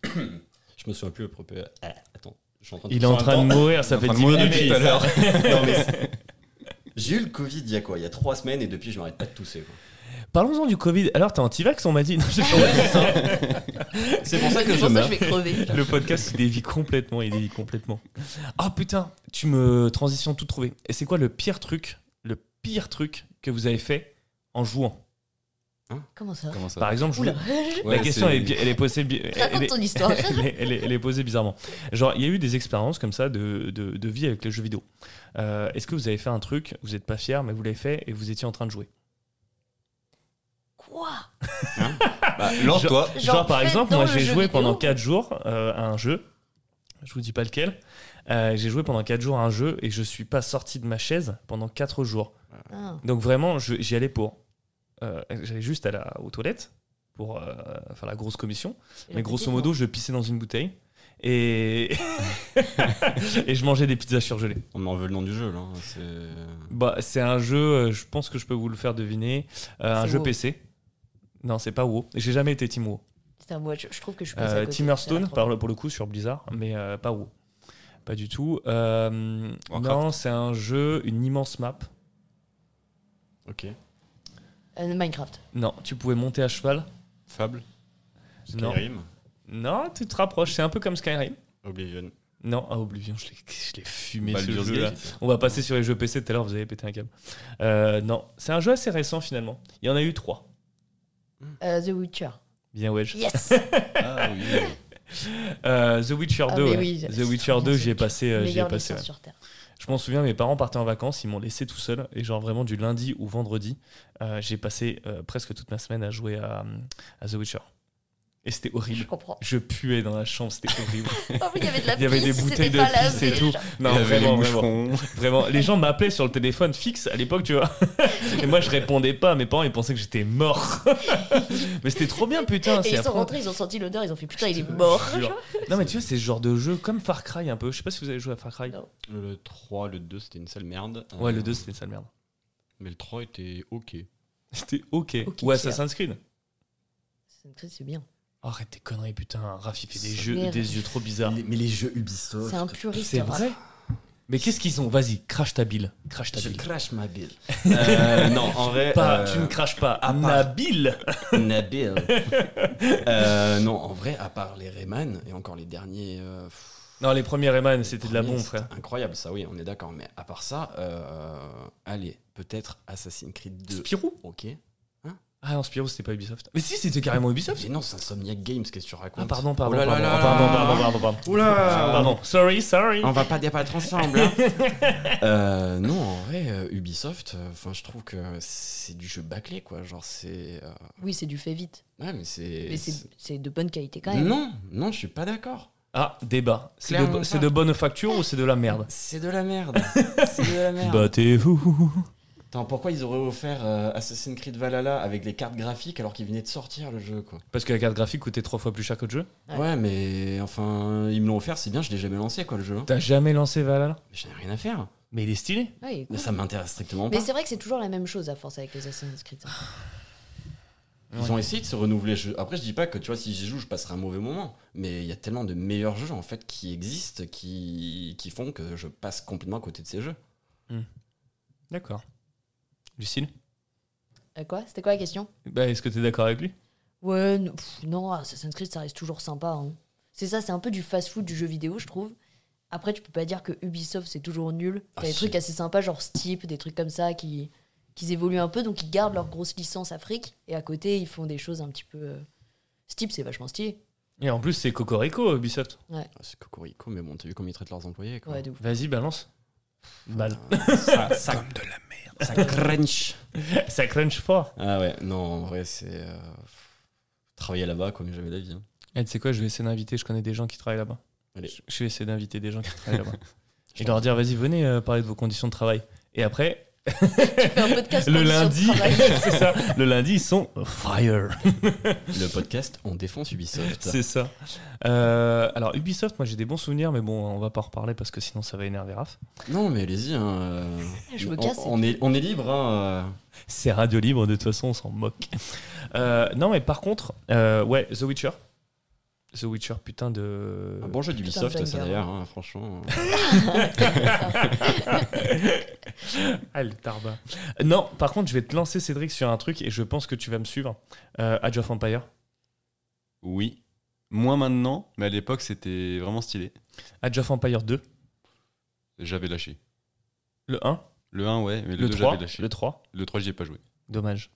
Speaker 4: Je me souviens plus le propre. Ah, attends, je suis en train de
Speaker 1: Il est en train de mourir, ça
Speaker 3: en
Speaker 1: fait
Speaker 3: train de
Speaker 1: 10
Speaker 3: mourir
Speaker 1: minutes.
Speaker 3: depuis tout à
Speaker 1: mais-
Speaker 3: l'heure.
Speaker 1: (laughs)
Speaker 4: Non, Eh, mais c'est- J'ai eu le Covid il y a quoi Il y a trois semaines et depuis je m'arrête pas de tousser. quoi.
Speaker 1: Parlons-en du Covid. Alors, t'es anti-vax, on m'a dit. Non, je-
Speaker 4: C'est pour ça que
Speaker 2: c'est
Speaker 4: je
Speaker 2: pour ça
Speaker 4: meurs.
Speaker 2: que je vais crever.
Speaker 1: (laughs) le podcast, il dévie complètement, il dévie complètement. Ah putain, tu me transition tout trouvé. Et c'est quoi le pire truc, le pire truc que vous avez fait en jouant
Speaker 2: Comment ça
Speaker 3: Comment ça
Speaker 1: Par exemple, je
Speaker 2: (laughs) Oula.
Speaker 1: voulais-
Speaker 3: Ouais,
Speaker 1: la question,
Speaker 3: c'est-
Speaker 1: elle est, bi- elle est posée. bi- elle
Speaker 2: Raconte
Speaker 1: est- (laughs)
Speaker 2: ton histoire.
Speaker 1: elle, est, elle est- elle est posée bizarrement. Genre, il y a eu des expériences comme ça de, de, de vie avec les jeux vidéo. Euh, Est-ce que vous avez fait un truc, vous n'êtes pas fier, mais vous l'avez fait et vous étiez en train de jouer
Speaker 2: Quoi
Speaker 3: Bah, Lance-toi.
Speaker 1: Genre,
Speaker 2: Genre,
Speaker 1: par
Speaker 2: fait
Speaker 1: exemple,
Speaker 2: dans
Speaker 1: moi
Speaker 2: le
Speaker 1: j'ai
Speaker 2: jeu
Speaker 1: joué
Speaker 2: vidéo
Speaker 1: pendant 4 jours euh, à un jeu, je vous dis pas lequel, Euh, j'ai joué pendant 4 jours à un jeu et je suis pas sorti de ma chaise pendant 4 jours.
Speaker 2: Ah.
Speaker 1: Donc vraiment, je- j'y allais pour. euh, J'allais juste à la, aux toilettes pour euh, faire la grosse commission. Mais grosso modo, je pissais dans une bouteille et, (laughs) et je mangeais des pizzas surgelées.
Speaker 4: On m'en veut le nom du jeu là. hein, C'est.
Speaker 1: Bah, c'est un jeu, euh, je pense que je peux vous le faire deviner, euh, un
Speaker 2: C'est
Speaker 1: jeu
Speaker 2: WoW.
Speaker 1: PC. Non, c'est pas WoW. J'ai jamais été Team WoW.
Speaker 2: Putain, moi, je, je trouve que je suis passée Ah, à
Speaker 1: Euh,
Speaker 2: côté,
Speaker 1: Team Hearthstone,
Speaker 2: ça a l'air
Speaker 1: par le- pour le coup, sur Blizzard, mais euh, pas WoW. Pas du tout. Euh,
Speaker 3: Warcraft.
Speaker 1: non, c'est un jeu, une immense map.
Speaker 2: trop
Speaker 4: Ok.
Speaker 2: bien. Euh, Minecraft.
Speaker 1: Non, tu pouvais monter à cheval.
Speaker 4: Fable.
Speaker 1: Non.
Speaker 4: Skyrim.
Speaker 1: Non, tu te rapproches. C'est un peu comme Skyrim.
Speaker 4: Oblivion.
Speaker 1: Non, ah, Oblivion, je l'ai- je l'ai fumé ce
Speaker 3: Baldur's
Speaker 1: jeu-là.
Speaker 3: Gate.
Speaker 1: On va passer sur les jeux PC. Tout à l'heure, vous avez pété un câble. Euh, non, c'est un jeu assez récent finalement. Il y en a eu trois.
Speaker 2: Euh,
Speaker 1: (laughs)
Speaker 2: The Witcher.
Speaker 1: Bien Wedge.
Speaker 2: Yes
Speaker 3: Ah oui.
Speaker 1: Euh, The Witcher
Speaker 2: Ah,
Speaker 1: 2.
Speaker 2: mais
Speaker 1: ouais.
Speaker 2: oui,
Speaker 1: The
Speaker 2: c'est
Speaker 1: Witcher
Speaker 2: bien,
Speaker 1: 2,
Speaker 2: c'est
Speaker 1: j'y ai
Speaker 2: le
Speaker 1: passé. euh, j'y ai
Speaker 2: Meilleur
Speaker 1: passé
Speaker 2: dessin
Speaker 1: ouais.
Speaker 2: sur Terre.
Speaker 1: Je m'en souviens, mes parents partaient en vacances, ils m'ont laissé tout seul. Et genre vraiment du lundi au vendredi, euh, j'ai passé euh, presque toute ma semaine à jouer à, euh, à The Witcher. Et c'était
Speaker 2: Je
Speaker 1: horrible.
Speaker 2: comprends.
Speaker 1: Je puais dans la chambre, c'était horrible.
Speaker 2: En plus, il y avait de la
Speaker 1: Il y avait des
Speaker 2: pisse,
Speaker 1: bouteilles
Speaker 2: c'était
Speaker 1: de
Speaker 2: pas la
Speaker 1: pisse et
Speaker 2: vraie,
Speaker 1: tout.
Speaker 2: genre.
Speaker 1: Non,
Speaker 3: (laughs) Il y avait les
Speaker 1: vraiment, vraiment,
Speaker 3: moucherons. (laughs)
Speaker 1: vraiment. Les gens m'appelaient sur le téléphone fixe à l'époque, tu
Speaker 2: (laughs)
Speaker 1: vois. Et moi, je répondais pas. Mes parents, ils pensaient que j'étais mort. (laughs) Mais c'était trop bien, putain.
Speaker 2: Et
Speaker 1: c'est
Speaker 2: ils sont
Speaker 1: affreux.
Speaker 2: rentrés, ils ont senti l'odeur, ils ont fait putain, il est
Speaker 1: Je te
Speaker 2: mort.
Speaker 1: jure. Non, mais tu vois, c'est ce genre de jeu comme Far Cry un peu. Je sais pas si vous avez joué à Far Cry.
Speaker 2: Non.
Speaker 4: Le 3, le 2, c'était une sale merde.
Speaker 1: Ouais, le
Speaker 4: Euh,
Speaker 1: 2, c'était ça, merde.
Speaker 4: Mais le 3 était ok.
Speaker 1: C'était ok.
Speaker 2: Ok,
Speaker 1: Ou Assassin's Creed.
Speaker 2: C'est une crise, C'est bien.
Speaker 1: Arrête tes conneries, putain. Rafi fait des, jeux,
Speaker 2: Merde.
Speaker 1: des yeux trop bizarres.
Speaker 4: mais les jeux Ubisoft.
Speaker 2: C'est un puriste.
Speaker 1: C'est vrai
Speaker 2: Raph.
Speaker 1: Mais qu'est-ce qu'ils ont Vas-y, crache ta bile. Crache ta
Speaker 4: Je
Speaker 1: bille.
Speaker 4: crache ma bille. Euh, non, en vrai.
Speaker 1: Pas,
Speaker 4: euh,
Speaker 1: Tu ne craches pas à
Speaker 4: part-
Speaker 1: ma bile
Speaker 4: Nabil. Euh, non, en vrai, à part les Rayman et encore les derniers. euh, pff,
Speaker 1: Non, les premiers Rayman, c'était de la
Speaker 4: premiers,
Speaker 1: bombe,
Speaker 4: c'était
Speaker 1: frère.
Speaker 4: Incroyable, ça, oui, on est d'accord. Mais à part ça, euh, allez, peut-être Assassin's Creed 2.
Speaker 1: Spirou
Speaker 4: Ok.
Speaker 1: Ah non, Spirou, c'était pas Ubisoft. Mais si, c'était carrément Ubisoft
Speaker 4: Mais non, c'est Insomniac Games, qu'est-ce que tu racontes
Speaker 1: Ah, pardon, pardon,
Speaker 4: Oh là
Speaker 1: pardon,
Speaker 4: là là
Speaker 1: pardon,
Speaker 4: là.
Speaker 1: pardon, pardon, pardon.
Speaker 4: Oula
Speaker 1: Pardon, sorry, sorry.
Speaker 4: On va pas débattre ensemble.
Speaker 1: (laughs)
Speaker 4: hein. Euh, non, en vrai, euh, Ubisoft, euh, enfin, je trouve que c'est du jeu bâclé, quoi. Genre, c'est. euh,
Speaker 2: Oui, c'est du fait vite.
Speaker 4: Ouais, mais c'est.
Speaker 2: Mais
Speaker 4: c'est-
Speaker 2: c'est c'est de bonne qualité quand même.
Speaker 4: Non, non, je suis pas d'accord.
Speaker 1: Ah, débat. C'est de,
Speaker 4: Clairement
Speaker 1: c'est
Speaker 4: pas.
Speaker 1: de bonne facture ou c'est de la merde
Speaker 4: C'est de la
Speaker 2: (laughs)
Speaker 4: merde. c'est de la merde.
Speaker 1: Battez-vous
Speaker 4: Attends, pourquoi ils auraient offert euh, Assassin's Creed Valhalla avec les cartes graphiques alors qu'il venait de sortir le jeu, quoi
Speaker 1: Parce que la carte graphique coûtait trois fois plus cher que le jeu.
Speaker 2: Ouais.
Speaker 4: Ouais, mais enfin, ils me l'ont offert, c'est bien, je l'ai jamais lancé, quoi, le jeu. hein.
Speaker 1: T'as jamais lancé Valhalla
Speaker 4: Mais J'en ai rien à faire.
Speaker 1: Mais il est stylé.
Speaker 2: Ouais, il est
Speaker 4: Mais
Speaker 2: cool.
Speaker 4: ça m'intéresse strictement pas.
Speaker 2: Mais c'est vrai que c'est toujours la même chose à force avec les Assassin's Creed. ça.
Speaker 4: Ils ont essayé de se renouveler. Je- Après, je dis pas que tu vois, si j'y joue, je passerai un mauvais moment. Mais il y a tellement de meilleurs jeux en fait qui existent, qui, qui font que je passe complètement à côté de ces jeux.
Speaker 1: D'accord. Lucille
Speaker 2: Euh, quoi C'était quoi la question
Speaker 1: bah, Est-ce que t'es d'accord avec lui
Speaker 2: Ouais, n- pff, non, Assassin's Creed, ça reste toujours sympa. hein. C'est ça, c'est un peu du fast-food du jeu vidéo, je trouve. Après, tu peux pas dire que Ubisoft, c'est toujours nul. T'as
Speaker 4: Ah,
Speaker 2: des
Speaker 4: si.
Speaker 2: trucs assez sympas, genre Steep, des trucs comme ça, qui, qui évoluent un peu, donc ils gardent leur grosse licence Afrique. Et à côté, ils font des choses un petit peu... euh, Steep, c'est vachement stylé.
Speaker 1: Et en plus, c'est Cocorico, Ubisoft.
Speaker 4: Ah, C'est cocorico, mais bon, t'as vu comment ils traitent leurs employés, quoi.
Speaker 2: Ouais, de ouf.
Speaker 1: Vas-y, balance. Mal.
Speaker 4: Euh, ça, ça, Comme de la merde. Ça crunch.
Speaker 1: (laughs) Ça crunch fort.
Speaker 4: Ah ouais, non, en vrai, c'est. euh, Travailler là-bas, quoi, mais j'avais la vie. hein.
Speaker 1: Eh, tu sais quoi, je vais essayer d'inviter, je connais des gens qui travaillent là-bas.
Speaker 4: Allez.
Speaker 1: Je- Je vais essayer d'inviter des gens qui travaillent là-bas. Et leur dire, vas-y, venez euh, parler de vos conditions de travail. Et après,
Speaker 2: Tu fais un podcast
Speaker 1: le
Speaker 2: conditions de
Speaker 1: lundi,
Speaker 2: travail.
Speaker 1: (laughs) c'est ça, le lundi, ils sont fire.
Speaker 4: Le podcast, on défonce Ubisoft.
Speaker 1: C'est ça. Euh, alors, Ubisoft, moi j'ai des bons souvenirs, mais bon, on va pas en reparler parce que sinon ça va énerver Raph.
Speaker 4: Non, mais allez-y. hein, euh,
Speaker 2: Je me
Speaker 4: on-
Speaker 2: casse.
Speaker 4: On, est, on est libre. Hein,
Speaker 1: C'est radio libre, de toute façon, on s'en moque. Euh, non, mais par contre, euh, ouais, The Witcher. The Witcher, putain de.
Speaker 4: euh. Un bon jeu d'Ubisoft,
Speaker 2: Putain,
Speaker 4: ça
Speaker 2: Jenga.
Speaker 4: d'ailleurs, hein, franchement.
Speaker 1: Ah, le tarba. Non, par contre, je vais te lancer, Cédric, sur un truc et je pense que tu vas me suivre. Euh, Age of Empire.
Speaker 3: Oui. Moins maintenant, mais à l'époque, c'était vraiment stylé.
Speaker 1: Age of Empire 2,
Speaker 3: J'avais lâché.
Speaker 1: le 1,
Speaker 3: Le 1, ouais, mais le,
Speaker 1: le
Speaker 3: 2,
Speaker 1: 3,
Speaker 3: j'avais lâché.
Speaker 1: le 3.
Speaker 3: Le 3, j'y ai pas joué.
Speaker 1: Dommage.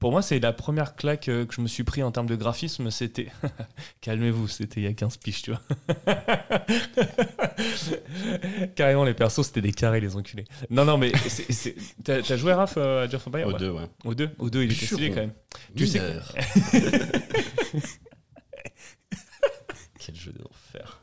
Speaker 1: Pour moi, c'est la première claque euh, que je me suis pris en termes de graphisme. C'était. (laughs) Calmez-vous, c'était il y a 15 piges, tu vois. (laughs) Carrément, les persos, c'était des carrés, les enculés. Non, non, mais. c'est- c'est- T'as t'as joué, Raph, euh, à Age of Empire
Speaker 4: Au
Speaker 1: ouais.
Speaker 4: deux, ouais.
Speaker 1: Au 2 Au 2, il était
Speaker 4: Sûr,
Speaker 1: stylé
Speaker 4: ouais.
Speaker 1: quand même. Tu sais
Speaker 4: Mineur. (laughs) Quel jeu d'enfer.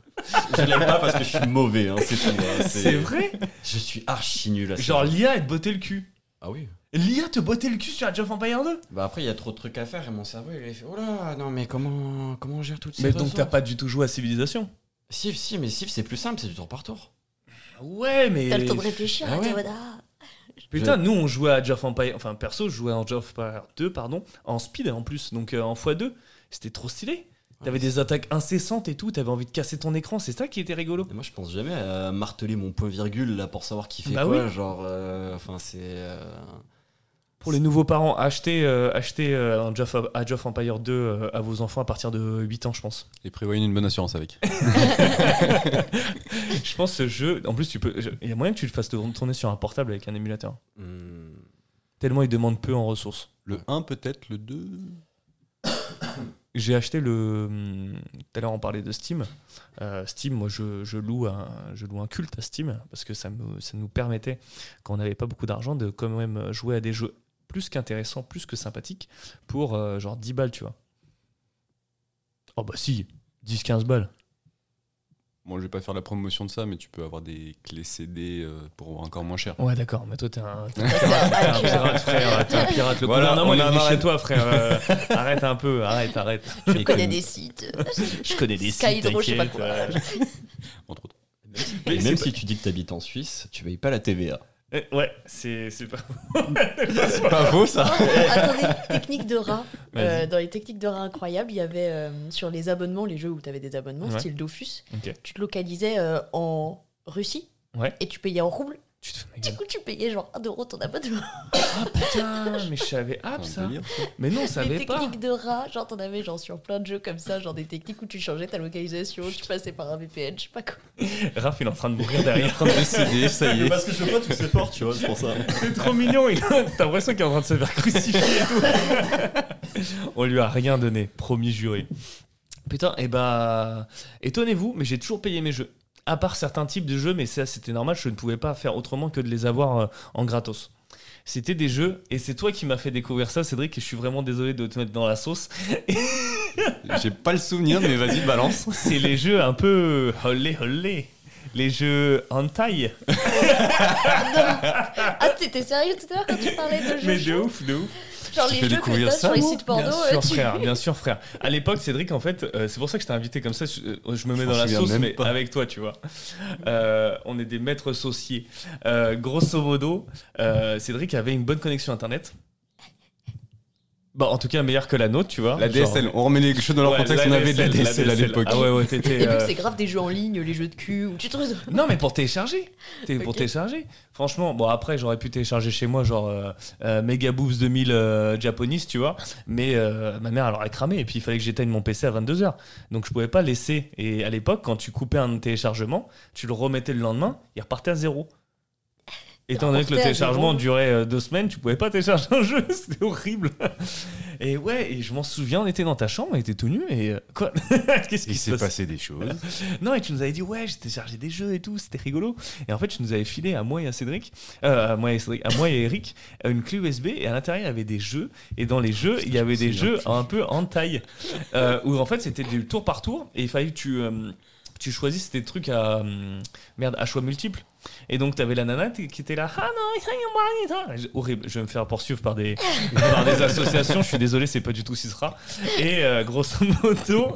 Speaker 4: Je l'aime pas parce que je suis mauvais, hein, c'est tout. hein, c'est-
Speaker 1: C'est vrai
Speaker 4: Je suis archi nul à ça.
Speaker 1: Genre, l'IA, elle te bottait le cul.
Speaker 4: Ah oui.
Speaker 1: L'IA te bottait le cul sur Age of Empire 2
Speaker 4: Bah après, il y a trop de trucs à faire et mon cerveau, il a fait Oh là, non, mais comment, comment on gère toutes ces
Speaker 1: Mais donc,
Speaker 4: ressources
Speaker 1: t'as pas du tout joué à Civilisation
Speaker 4: Sif, si, mais Sif, c'est plus simple, c'est du tour par tour.
Speaker 1: Ouais, mais.
Speaker 2: T'as le temps de réfléchir,
Speaker 4: Ah ouais.
Speaker 2: t'es- voilà.
Speaker 1: Putain, nous on jouait à Age of Empire, enfin perso, je jouais à Age of Empire 2, pardon, en speed en plus, donc euh, en x2. C'était trop stylé. T'avais des attaques incessantes et tout, t'avais envie de casser ton écran, c'est ça qui était rigolo.
Speaker 4: Et moi, je pense jamais à marteler mon point virgule là pour savoir qui fait
Speaker 1: Bah
Speaker 4: quoi. Genre, euh, enfin, c'est. euh,
Speaker 1: Pour les nouveaux parents, achetez, euh, achetez euh, Age, of, Age of Empire 2 euh, à vos enfants à partir de 8 ans, je pense.
Speaker 3: Et prévoyez une bonne assurance avec.
Speaker 1: (laughs) je pense que ce jeu, en plus, tu peux, je- il y a moyen que tu le fasses te- tourner sur un portable avec un émulateur.
Speaker 4: hmm,
Speaker 1: Tellement il demande peu en ressources.
Speaker 3: (laughs) Le 1, peut-être, le 2.
Speaker 1: J'ai acheté le. hum, Tout à l'heure, on parlait de Steam. Euh, Steam, moi, je, je loue un, je loue un culte à Steam parce que ça, me- ça nous permettait, quand on n'avait pas beaucoup d'argent, de quand même jouer à des jeux plus qu'intéressants, plus que sympathiques pour euh, genre 10 balles, tu vois. Oh, bah si, 10-15 balles.
Speaker 3: Bon, je vais pas faire la promotion de ça, mais tu peux avoir des clés CD euh, pour encore moins cher.
Speaker 1: Ouais, d'accord, mais toi, t'es un, t'es un
Speaker 2: Ah,
Speaker 1: pirate,
Speaker 2: (laughs) tu vois.
Speaker 1: frère. T'es un pirate. Le
Speaker 3: Voilà,
Speaker 1: gouvernement,
Speaker 3: on
Speaker 1: il
Speaker 3: a
Speaker 1: est venu
Speaker 3: marre-
Speaker 1: chez toi, frère. (laughs) Euh, arrête un peu, arrête, arrête.
Speaker 2: Je connais des sites.
Speaker 1: Je connais des sites,
Speaker 2: Skyhydro, je sais pas
Speaker 1: t'inquiète,
Speaker 2: quoi.
Speaker 1: euh,
Speaker 3: Entre (laughs) autres.
Speaker 4: Et
Speaker 1: c'est
Speaker 4: même
Speaker 1: pas-
Speaker 4: si tu dis que t'habites en Suisse, tu payes pas la TVA.
Speaker 1: Eh, Ouais, c'est c'est pas.
Speaker 3: (laughs) C'est pas faux, ça
Speaker 2: Oh, Attendez, technique de rat.
Speaker 1: Vas-y.
Speaker 2: Euh, dans les techniques de rat incroyables, il y avait euh, sur les abonnements, les jeux où tu avais des abonnements,
Speaker 1: Ouais.
Speaker 2: style Dofus,
Speaker 1: Ok.
Speaker 2: tu te localisais euh, en Russie
Speaker 1: Ouais.
Speaker 2: et tu payais en rouble.
Speaker 1: Tu te fous de ma
Speaker 2: Du
Speaker 1: gueule.
Speaker 2: coup, tu payais genre 1 euro ton abonnement.
Speaker 1: Ah putain, mais je savais hop
Speaker 3: Enfin,
Speaker 1: ça.
Speaker 3: délire, ça.
Speaker 1: Mais non, ça
Speaker 2: Des
Speaker 1: savait pas.
Speaker 2: techniques de rat, genre t'en avais genre sur plein de jeux comme ça, genre des techniques où tu changeais ta localisation, tu passais par un VPN, je sais pas quoi.
Speaker 1: Raph, il est en train de mourir derrière.
Speaker 3: train de décéder, ça y est.
Speaker 4: Parce que je vois tous ces portes, tu vois, c'est pour
Speaker 3: (laughs)
Speaker 4: ça.
Speaker 1: C'est trop mignon. il- T'as l'impression qu'il est en train de se faire crucifier et tout. On lui a rien donné, promis juré. Putain, et bah. Étonnez-vous, mais j'ai toujours payé mes jeux. À part certains types de jeux, mais ça c'était normal, je ne pouvais pas faire autrement que de les avoir euh, en gratos. C'était des jeux, et c'est toi qui m'as fait découvrir ça, Cédric, et je suis vraiment désolé de te mettre dans la sauce.
Speaker 3: (laughs) J'ai pas le souvenir, mais vas-y, balance.
Speaker 1: C'est les jeux un peu. Holé, holé. Les jeux hentai.
Speaker 2: Ah, t'étais sérieux tout à l'heure quand tu parlais de jeux
Speaker 1: Mais de
Speaker 2: chauds
Speaker 1: ouf, de ouf.
Speaker 2: Genre
Speaker 3: Tu
Speaker 2: les
Speaker 3: fais
Speaker 2: jeux que
Speaker 3: découvrir
Speaker 2: t'as
Speaker 3: ça,
Speaker 2: sur les
Speaker 3: moi
Speaker 2: sites porno.
Speaker 1: bien
Speaker 2: euh,
Speaker 1: sûr,
Speaker 2: tu- (laughs)
Speaker 1: frère, bien sûr, frère. À l'époque, Cédric, en fait, euh, c'est pour ça que je t'ai invité comme ça. Je, euh, je me mets
Speaker 3: Je
Speaker 1: dans
Speaker 3: m'en
Speaker 1: la
Speaker 3: souviens
Speaker 1: sauce,
Speaker 3: même
Speaker 1: mais
Speaker 3: pas.
Speaker 1: avec toi, tu vois. Euh, on est des maîtres sauciers. Euh, grosso modo, euh, Cédric avait une bonne connexion internet. Bah, en tout cas, meilleure que la nôtre, tu vois.
Speaker 3: La
Speaker 1: Genre-
Speaker 3: DSL, on remet les choses dans leur
Speaker 1: Ouais,
Speaker 3: contexte, on avait de la
Speaker 1: DSL,
Speaker 3: DSL à l'époque.
Speaker 1: Ah ouais, ouais, t'étais,
Speaker 2: Et vu
Speaker 1: euh,
Speaker 2: que c'est grave des jeux en ligne, les jeux de cul, où tu te retrouves.
Speaker 1: Non, mais pour télécharger. T'es- Pour
Speaker 2: Ok.
Speaker 1: télécharger. Franchement, bon, après, j'aurais pu télécharger chez moi, genre euh, euh, Mega Boobs 2000 euh, Japonese, tu vois. Mais euh, ma mère, elle aurait cramé. Et puis, il fallait que j'éteigne mon PC à 22h. Donc, je pouvais pas laisser. Et à l'époque, quand tu coupais un téléchargement, tu le remettais le lendemain, il repartait à
Speaker 2: (laughs)
Speaker 1: zéro. Étant donné que le
Speaker 2: repartait à
Speaker 1: téléchargement
Speaker 2: zéro.
Speaker 1: durait euh, deux semaines, tu pouvais pas télécharger un jeu, (laughs) c'était horrible. Et ouais, et je m'en souviens, on était dans ta chambre, on était tout nu, et euh, quoi (laughs) Qu'est-ce qui
Speaker 3: Il
Speaker 1: se
Speaker 3: s'est
Speaker 1: passe
Speaker 3: passé des choses.
Speaker 1: (laughs) non, et tu nous avais dit, ouais, j'étais chargé des jeux et tout, c'était rigolo. Et en fait, tu nous avais filé à moi et à Cédric, euh, à, moi et à Cédric- à moi et à Eric, une clé USB. Et à l'intérieur, il y avait des jeux. Et dans les jeux, il y avait des
Speaker 3: c'est
Speaker 1: jeux un peu en taille. euh, où en fait, c'était du tour par tour. Et il fallait que tu. euh, tu choisisses tes trucs à euh, merde à choix multiples et donc t'avais la nana t- qui était là ah non je- horrible je vais me faire poursuivre par des (laughs) par des associations je suis désolé c'est pas du tout Cicera et euh, grosso modo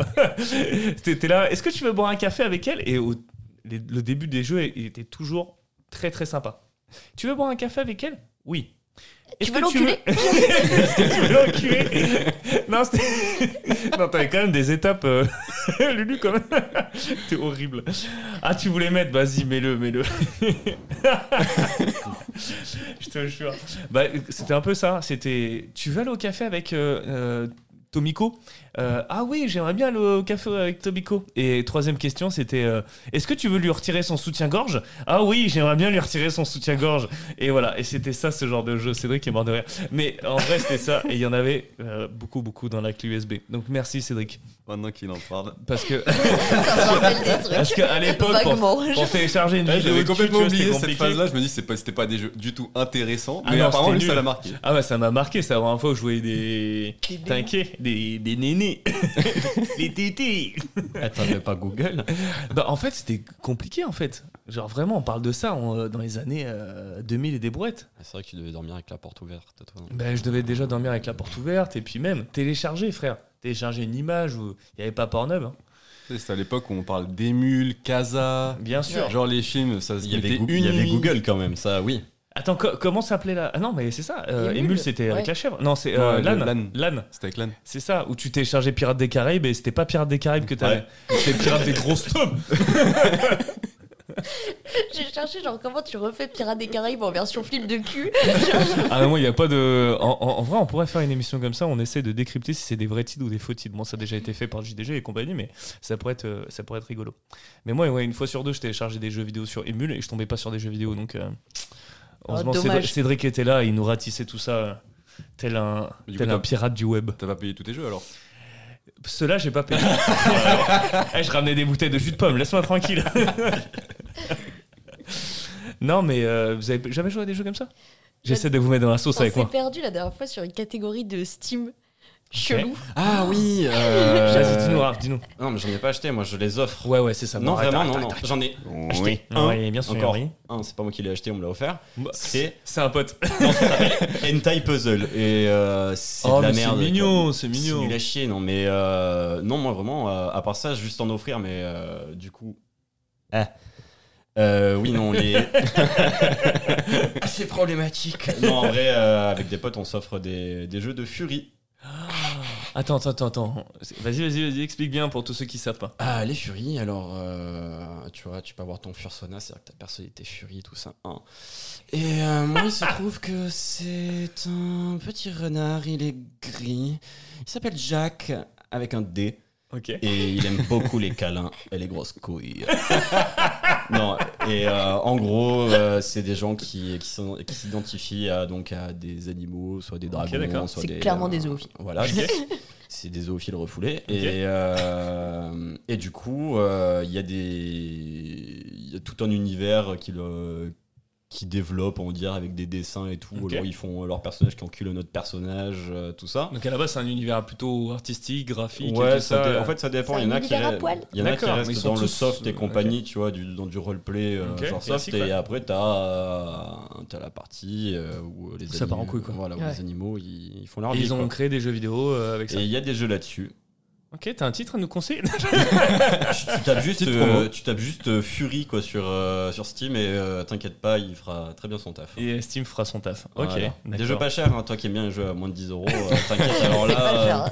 Speaker 1: (laughs) t'étais là est-ce que tu veux boire un café avec elle et au, les- le début des jeux il était toujours très très sympa tu veux boire un café avec elle oui Est-ce
Speaker 2: Tu veux
Speaker 1: que
Speaker 2: l'enculer
Speaker 1: (laughs) est-ce que tu veux l'enculer Non, c'était- (laughs) non, t'avais quand même des étapes. euh, (laughs) Lulu, quand même. (laughs) T'es horrible. Ah, tu voulais mettre Vas-y, mets-le, mets-le. (laughs) Je te jure. Bah, c'était un peu ça. C'était. Tu veux aller au café avec. euh, euh, Tomiko, Euh, ah oui, j'aimerais bien aller au café avec Tomiko. Et troisième question, c'était euh, est-ce que tu veux lui retirer son soutien-gorge Ah oui, j'aimerais bien lui retirer son soutien-gorge. Et voilà, et c'était ça ce genre de jeu. Cédric est mort de rire. Mais en vrai, c'était ça. Et il y en avait euh, beaucoup, beaucoup dans la clé USB. Donc merci Cédric.
Speaker 3: Maintenant qu'il en parle.
Speaker 1: Parce que (laughs)
Speaker 2: Ça me rappelle des trucs.
Speaker 1: parce qu'à l'époque, pour,
Speaker 2: Vaguement.
Speaker 1: pour télécharger une
Speaker 3: Ouais,
Speaker 1: vidéo
Speaker 3: J'avais
Speaker 1: de cul,
Speaker 3: complètement
Speaker 1: tu vois,
Speaker 3: oublié
Speaker 1: c'était
Speaker 3: cette
Speaker 1: compliqué.
Speaker 3: phase-là. Je me dis, c'est pas- c'était pas des jeux du tout intéressants.
Speaker 1: Ah
Speaker 3: mais
Speaker 1: non,
Speaker 3: apparemment,
Speaker 1: c'était
Speaker 3: lui, ça
Speaker 1: nul.
Speaker 3: l'a marqué.
Speaker 1: Ah bah ça m'a marqué, c'est la première fois que je voyais des...
Speaker 2: Des nénés.
Speaker 1: T'inquiète, des, des
Speaker 2: (laughs)
Speaker 1: nénés. (laughs) les tétés.
Speaker 4: T'avais pas Google
Speaker 1: Bah, en fait, c'était compliqué, en fait. Genre, vraiment, on parle de ça en, euh, dans les années euh, 2000 et des brouettes.
Speaker 4: C'est vrai que tu devais dormir avec la porte ouverte, toi.
Speaker 1: Ben, je devais déjà dormir avec la porte ouverte, et puis même télécharger, frère. Télécharger une image où il n'y avait pas Pornhub. hein.
Speaker 3: C'était à l'époque où on parle d'Emule, Casa.
Speaker 1: Bien sûr.
Speaker 3: Genre les films, ça se
Speaker 4: Il y
Speaker 3: mettait
Speaker 4: avait, Goo-
Speaker 3: une
Speaker 4: il y avait
Speaker 3: nuit.
Speaker 4: Google quand même, ça, oui.
Speaker 1: Attends, co- comment s'appelait là Ah non, mais c'est ça. euh,
Speaker 2: Émule,
Speaker 1: Émule, c'était avec
Speaker 2: ouais.
Speaker 1: la chèvre. Non, c'est euh,
Speaker 3: Ouais, le
Speaker 1: l'âne.
Speaker 3: l'âne.
Speaker 1: L'âne,
Speaker 3: C'était avec l'âne.
Speaker 1: c'est ça. Où tu téléchargeais Pirates des Caraïbes, et c'était pas Pirates des Caraïbes que t'avais. C'était Pirates des grosses tomes.
Speaker 2: (laughs) J'ai cherché genre comment tu refais Pirates des Caraïbes en version film de cul.
Speaker 1: Ah non, moi, il n'y a pas de. En, en- en vrai, on pourrait faire une émission comme ça. On essaie de décrypter si c'est des vrais titres ou des faux titres. Bon, ça a déjà été fait par le JDG et compagnie, mais ça pourrait être, euh, ça pourrait être rigolo. Mais moi, ouais, une fois sur deux, je téléchargeais des jeux vidéo sur Emule et je tombais pas sur des jeux vidéo. Donc, euh, heureusement,
Speaker 2: dommage.
Speaker 1: Cédric, Cédric était là et il nous ratissait tout ça euh, tel un,
Speaker 3: Du coup,
Speaker 1: tel
Speaker 3: t'as-
Speaker 1: un pirate du web.
Speaker 3: T'as pas payé tous tes jeux alors
Speaker 1: Cela, j'ai pas (laughs) payé. Voilà. Eh, je ramenais des bouteilles de jus de pomme, laisse-moi tranquille. non, mais euh, vous avez jamais joué à des jeux comme ça J'essaie de vous mettre dans la sauce
Speaker 2: On s'est
Speaker 1: avec moi.
Speaker 2: perdu la dernière fois sur une catégorie de Steam (laughs) chelou.
Speaker 4: Ah oui
Speaker 3: Ah
Speaker 1: Vas-y, dis-nous, Raph, dis-nous.
Speaker 4: Non, mais j'en ai pas acheté, moi je les offre.
Speaker 1: Euh, Ouais, ouais, c'est ça.
Speaker 4: non,
Speaker 1: Bon, arrête,
Speaker 4: vraiment, non,
Speaker 1: arrête,
Speaker 4: non.
Speaker 1: arrête.
Speaker 4: J'en ai acheté
Speaker 3: Oui.
Speaker 4: un.
Speaker 1: Ouais, bien sûr,
Speaker 4: Encore
Speaker 1: oui.
Speaker 4: un, Hein, c'est pas moi qui l'ai acheté, on me l'a offert.
Speaker 1: Bah,
Speaker 4: (laughs) C'est
Speaker 1: C'est un pote.
Speaker 4: Hentai Puzzle. Et euh, c'est
Speaker 1: Oh,
Speaker 4: de la
Speaker 1: mais c'est
Speaker 4: merde.
Speaker 1: mignon,
Speaker 4: quoi.
Speaker 1: c'est mignon.
Speaker 4: nul à chier, non, mais euh, non, moi vraiment, euh, à part ça, juste en offrir, mais euh, du coup. Ah. Euh, oui, non, les. c'est problématique. Non, en vrai, euh, avec des potes, on s'offre des, des jeux de Fury.
Speaker 1: Attends, attends, attends, attends. Vas-y, vas-y, vas-y, explique bien pour tous ceux qui savent pas.
Speaker 4: Ah, les Furies, alors euh, tu vois, tu peux avoir ton Fursona, c'est-à-dire que ta personnalité Fury, tout ça. hein. Et euh, moi, il se trouve que c'est un petit renard, il est gris. Il s'appelle Jack, avec un D.
Speaker 1: Ok.
Speaker 4: Et il aime beaucoup les câlins et les grosses
Speaker 1: (laughs)
Speaker 4: couilles. non, et euh, en gros, euh, c'est des gens qui, qui sont- qui s'identifient à, donc, à des animaux, soit des dragons,
Speaker 1: d'accord.
Speaker 4: soit
Speaker 2: C'est
Speaker 4: des. euh,
Speaker 2: clairement des zoophiles. (laughs)
Speaker 4: Voilà,
Speaker 1: Ok.
Speaker 4: c'est des zoophiles refoulés.
Speaker 1: Ok.
Speaker 4: Et, euh, et du coup, euh, il y a des. Il y a tout un univers qui le qui développe, on va dire, avec des dessins et tout.
Speaker 1: Ok.
Speaker 4: Alors, ils font leur personnage qui encule un autre personnage, euh, tout ça.
Speaker 1: Donc à la base, c'est un univers plutôt artistique, graphique. et
Speaker 4: Ouais,
Speaker 1: tout
Speaker 4: ça
Speaker 1: ça. euh,
Speaker 4: dé- en fait, ça dépend.
Speaker 2: C'est
Speaker 4: Il y en
Speaker 2: un
Speaker 4: a qui,
Speaker 2: univers à
Speaker 4: re-
Speaker 2: poil.
Speaker 4: il y en a qui
Speaker 1: D'accord, mais ils
Speaker 4: restent
Speaker 1: sont
Speaker 4: dans le
Speaker 1: tous-
Speaker 4: soft et
Speaker 1: ok.
Speaker 4: compagnie, tu vois, du, dans du roleplay, euh,
Speaker 1: Ok,
Speaker 4: genre soft.
Speaker 1: classique, ouais.
Speaker 4: Et après, t'as as la partie euh, où les
Speaker 1: Ça part en couille, quoi.
Speaker 4: Voilà, où
Speaker 2: Ouais.
Speaker 4: les animaux, ils, ils font leur
Speaker 1: Et
Speaker 4: vie.
Speaker 1: ils ont
Speaker 4: quoi.
Speaker 1: créé des jeux vidéo euh, avec ça.
Speaker 4: Et il y a des
Speaker 1: (laughs)
Speaker 4: jeux là-dessus.
Speaker 1: Ok, t'as un titre à nous conseiller (laughs)
Speaker 4: tu, tu tapes juste,
Speaker 3: Petite
Speaker 4: euh,
Speaker 3: promo.
Speaker 4: tu tapes juste euh, Fury quoi sur euh, sur Steam et euh, t'inquiète pas, il fera très bien son taf.
Speaker 1: Et Steam fera son taf. Ok.
Speaker 4: Voilà.
Speaker 1: d'accord.
Speaker 4: Des jeux pas chers, hein, toi qui aimes bien les jeux à moins de 10 euros, euh,
Speaker 2: (laughs)
Speaker 4: t'inquiète. Alors
Speaker 2: c'est pas le
Speaker 4: là,
Speaker 2: genre.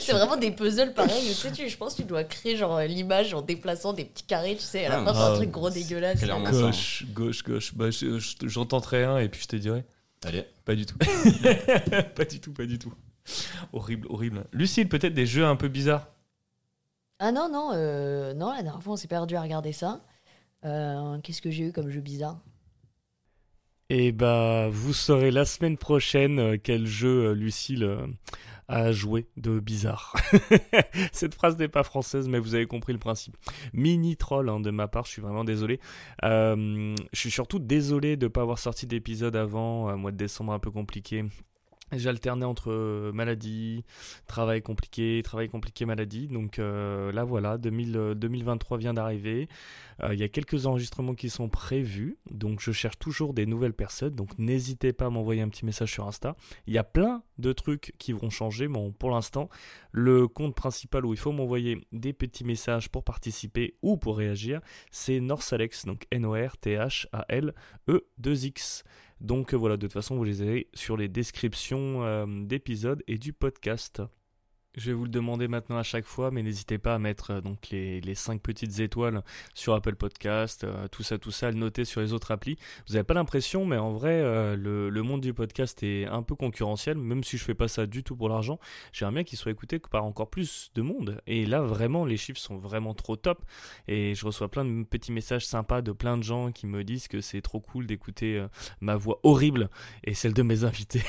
Speaker 2: C'est vraiment des puzzles pareils. où, tu sais, tu- je pense que tu dois créer genre euh, l'image en déplaçant des petits carrés, tu sais, à la
Speaker 4: Ah,
Speaker 2: fin, c'est
Speaker 1: ah,
Speaker 2: un truc gros dégueulasse.
Speaker 4: clairement. hein.
Speaker 2: Ouais,
Speaker 1: Gauche, gauche, gauche. Bah, je- je- j'en tenterai un et puis je te dirai.
Speaker 4: euh, allez.
Speaker 1: Pas du tout. pas du tout, pas du tout. Horrible, horrible. Lucille, peut-être des jeux un peu bizarres.
Speaker 2: Ah non, non, euh, non, la dernière fois, on s'est perdu à regarder ça. Euh, Qu'est-ce que j'ai eu comme jeu bizarre
Speaker 5: Et bah, vous saurez la semaine prochaine euh, quel jeu euh, Lucille euh, a joué de bizarre. (laughs) Cette phrase n'est pas française, mais vous avez compris le principe. Mini troll hein, de ma part, je suis vraiment désolé. Euh, je suis surtout désolé de ne pas avoir sorti d'épisode avant, un mois de décembre un peu compliqué. J'alternais entre euh, maladie, travail compliqué, travail compliqué, maladie. Donc euh, là voilà, 2000, euh, 2023 vient d'arriver. Euh, Il y a quelques enregistrements qui sont prévus, donc je cherche toujours des nouvelles personnes, donc n'hésitez pas à m'envoyer un petit message sur Insta. Il y a plein de trucs qui vont changer, mais bon, pour l'instant, le compte principal où il faut m'envoyer des petits messages pour participer ou pour réagir, c'est Norsalex, donc N-O-R-T-H-A-L-E-2-X. E Donc euh, voilà, de toute façon, vous les avez sur les descriptions euh, d'épisodes et du podcast. Je vais vous le demander maintenant à chaque fois, mais n'hésitez pas à mettre euh, donc les, les 5 petites étoiles sur Apple Podcast, euh, tout ça, tout ça, le noter sur les autres applis. Vous n'avez pas l'impression, mais en vrai, euh, le, le monde du podcast est un peu concurrentiel, même si je fais pas ça du tout pour l'argent. J'aimerais bien qu'il soit écouté par encore plus de monde. Et là, vraiment, les chiffres sont vraiment trop top. Et je reçois plein de petits messages sympas de plein de gens qui me disent que c'est trop cool d'écouter euh, ma voix horrible et celle de mes (laughs) invités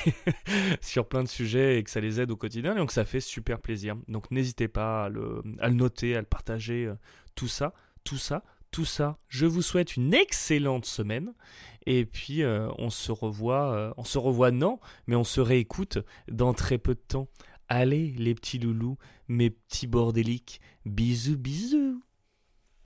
Speaker 5: sur plein de sujets et que ça les aide au quotidien. Donc ça fait super plaisir. Donc n'hésitez pas à le, à le noter, à le partager, euh, tout ça tout ça, tout ça. Je vous souhaite une excellente semaine et puis euh, on se revoit, euh, on se revoit non, mais on se réécoute dans très peu de temps. Allez les petits loulous, mes petits bordéliques, bisous bisous.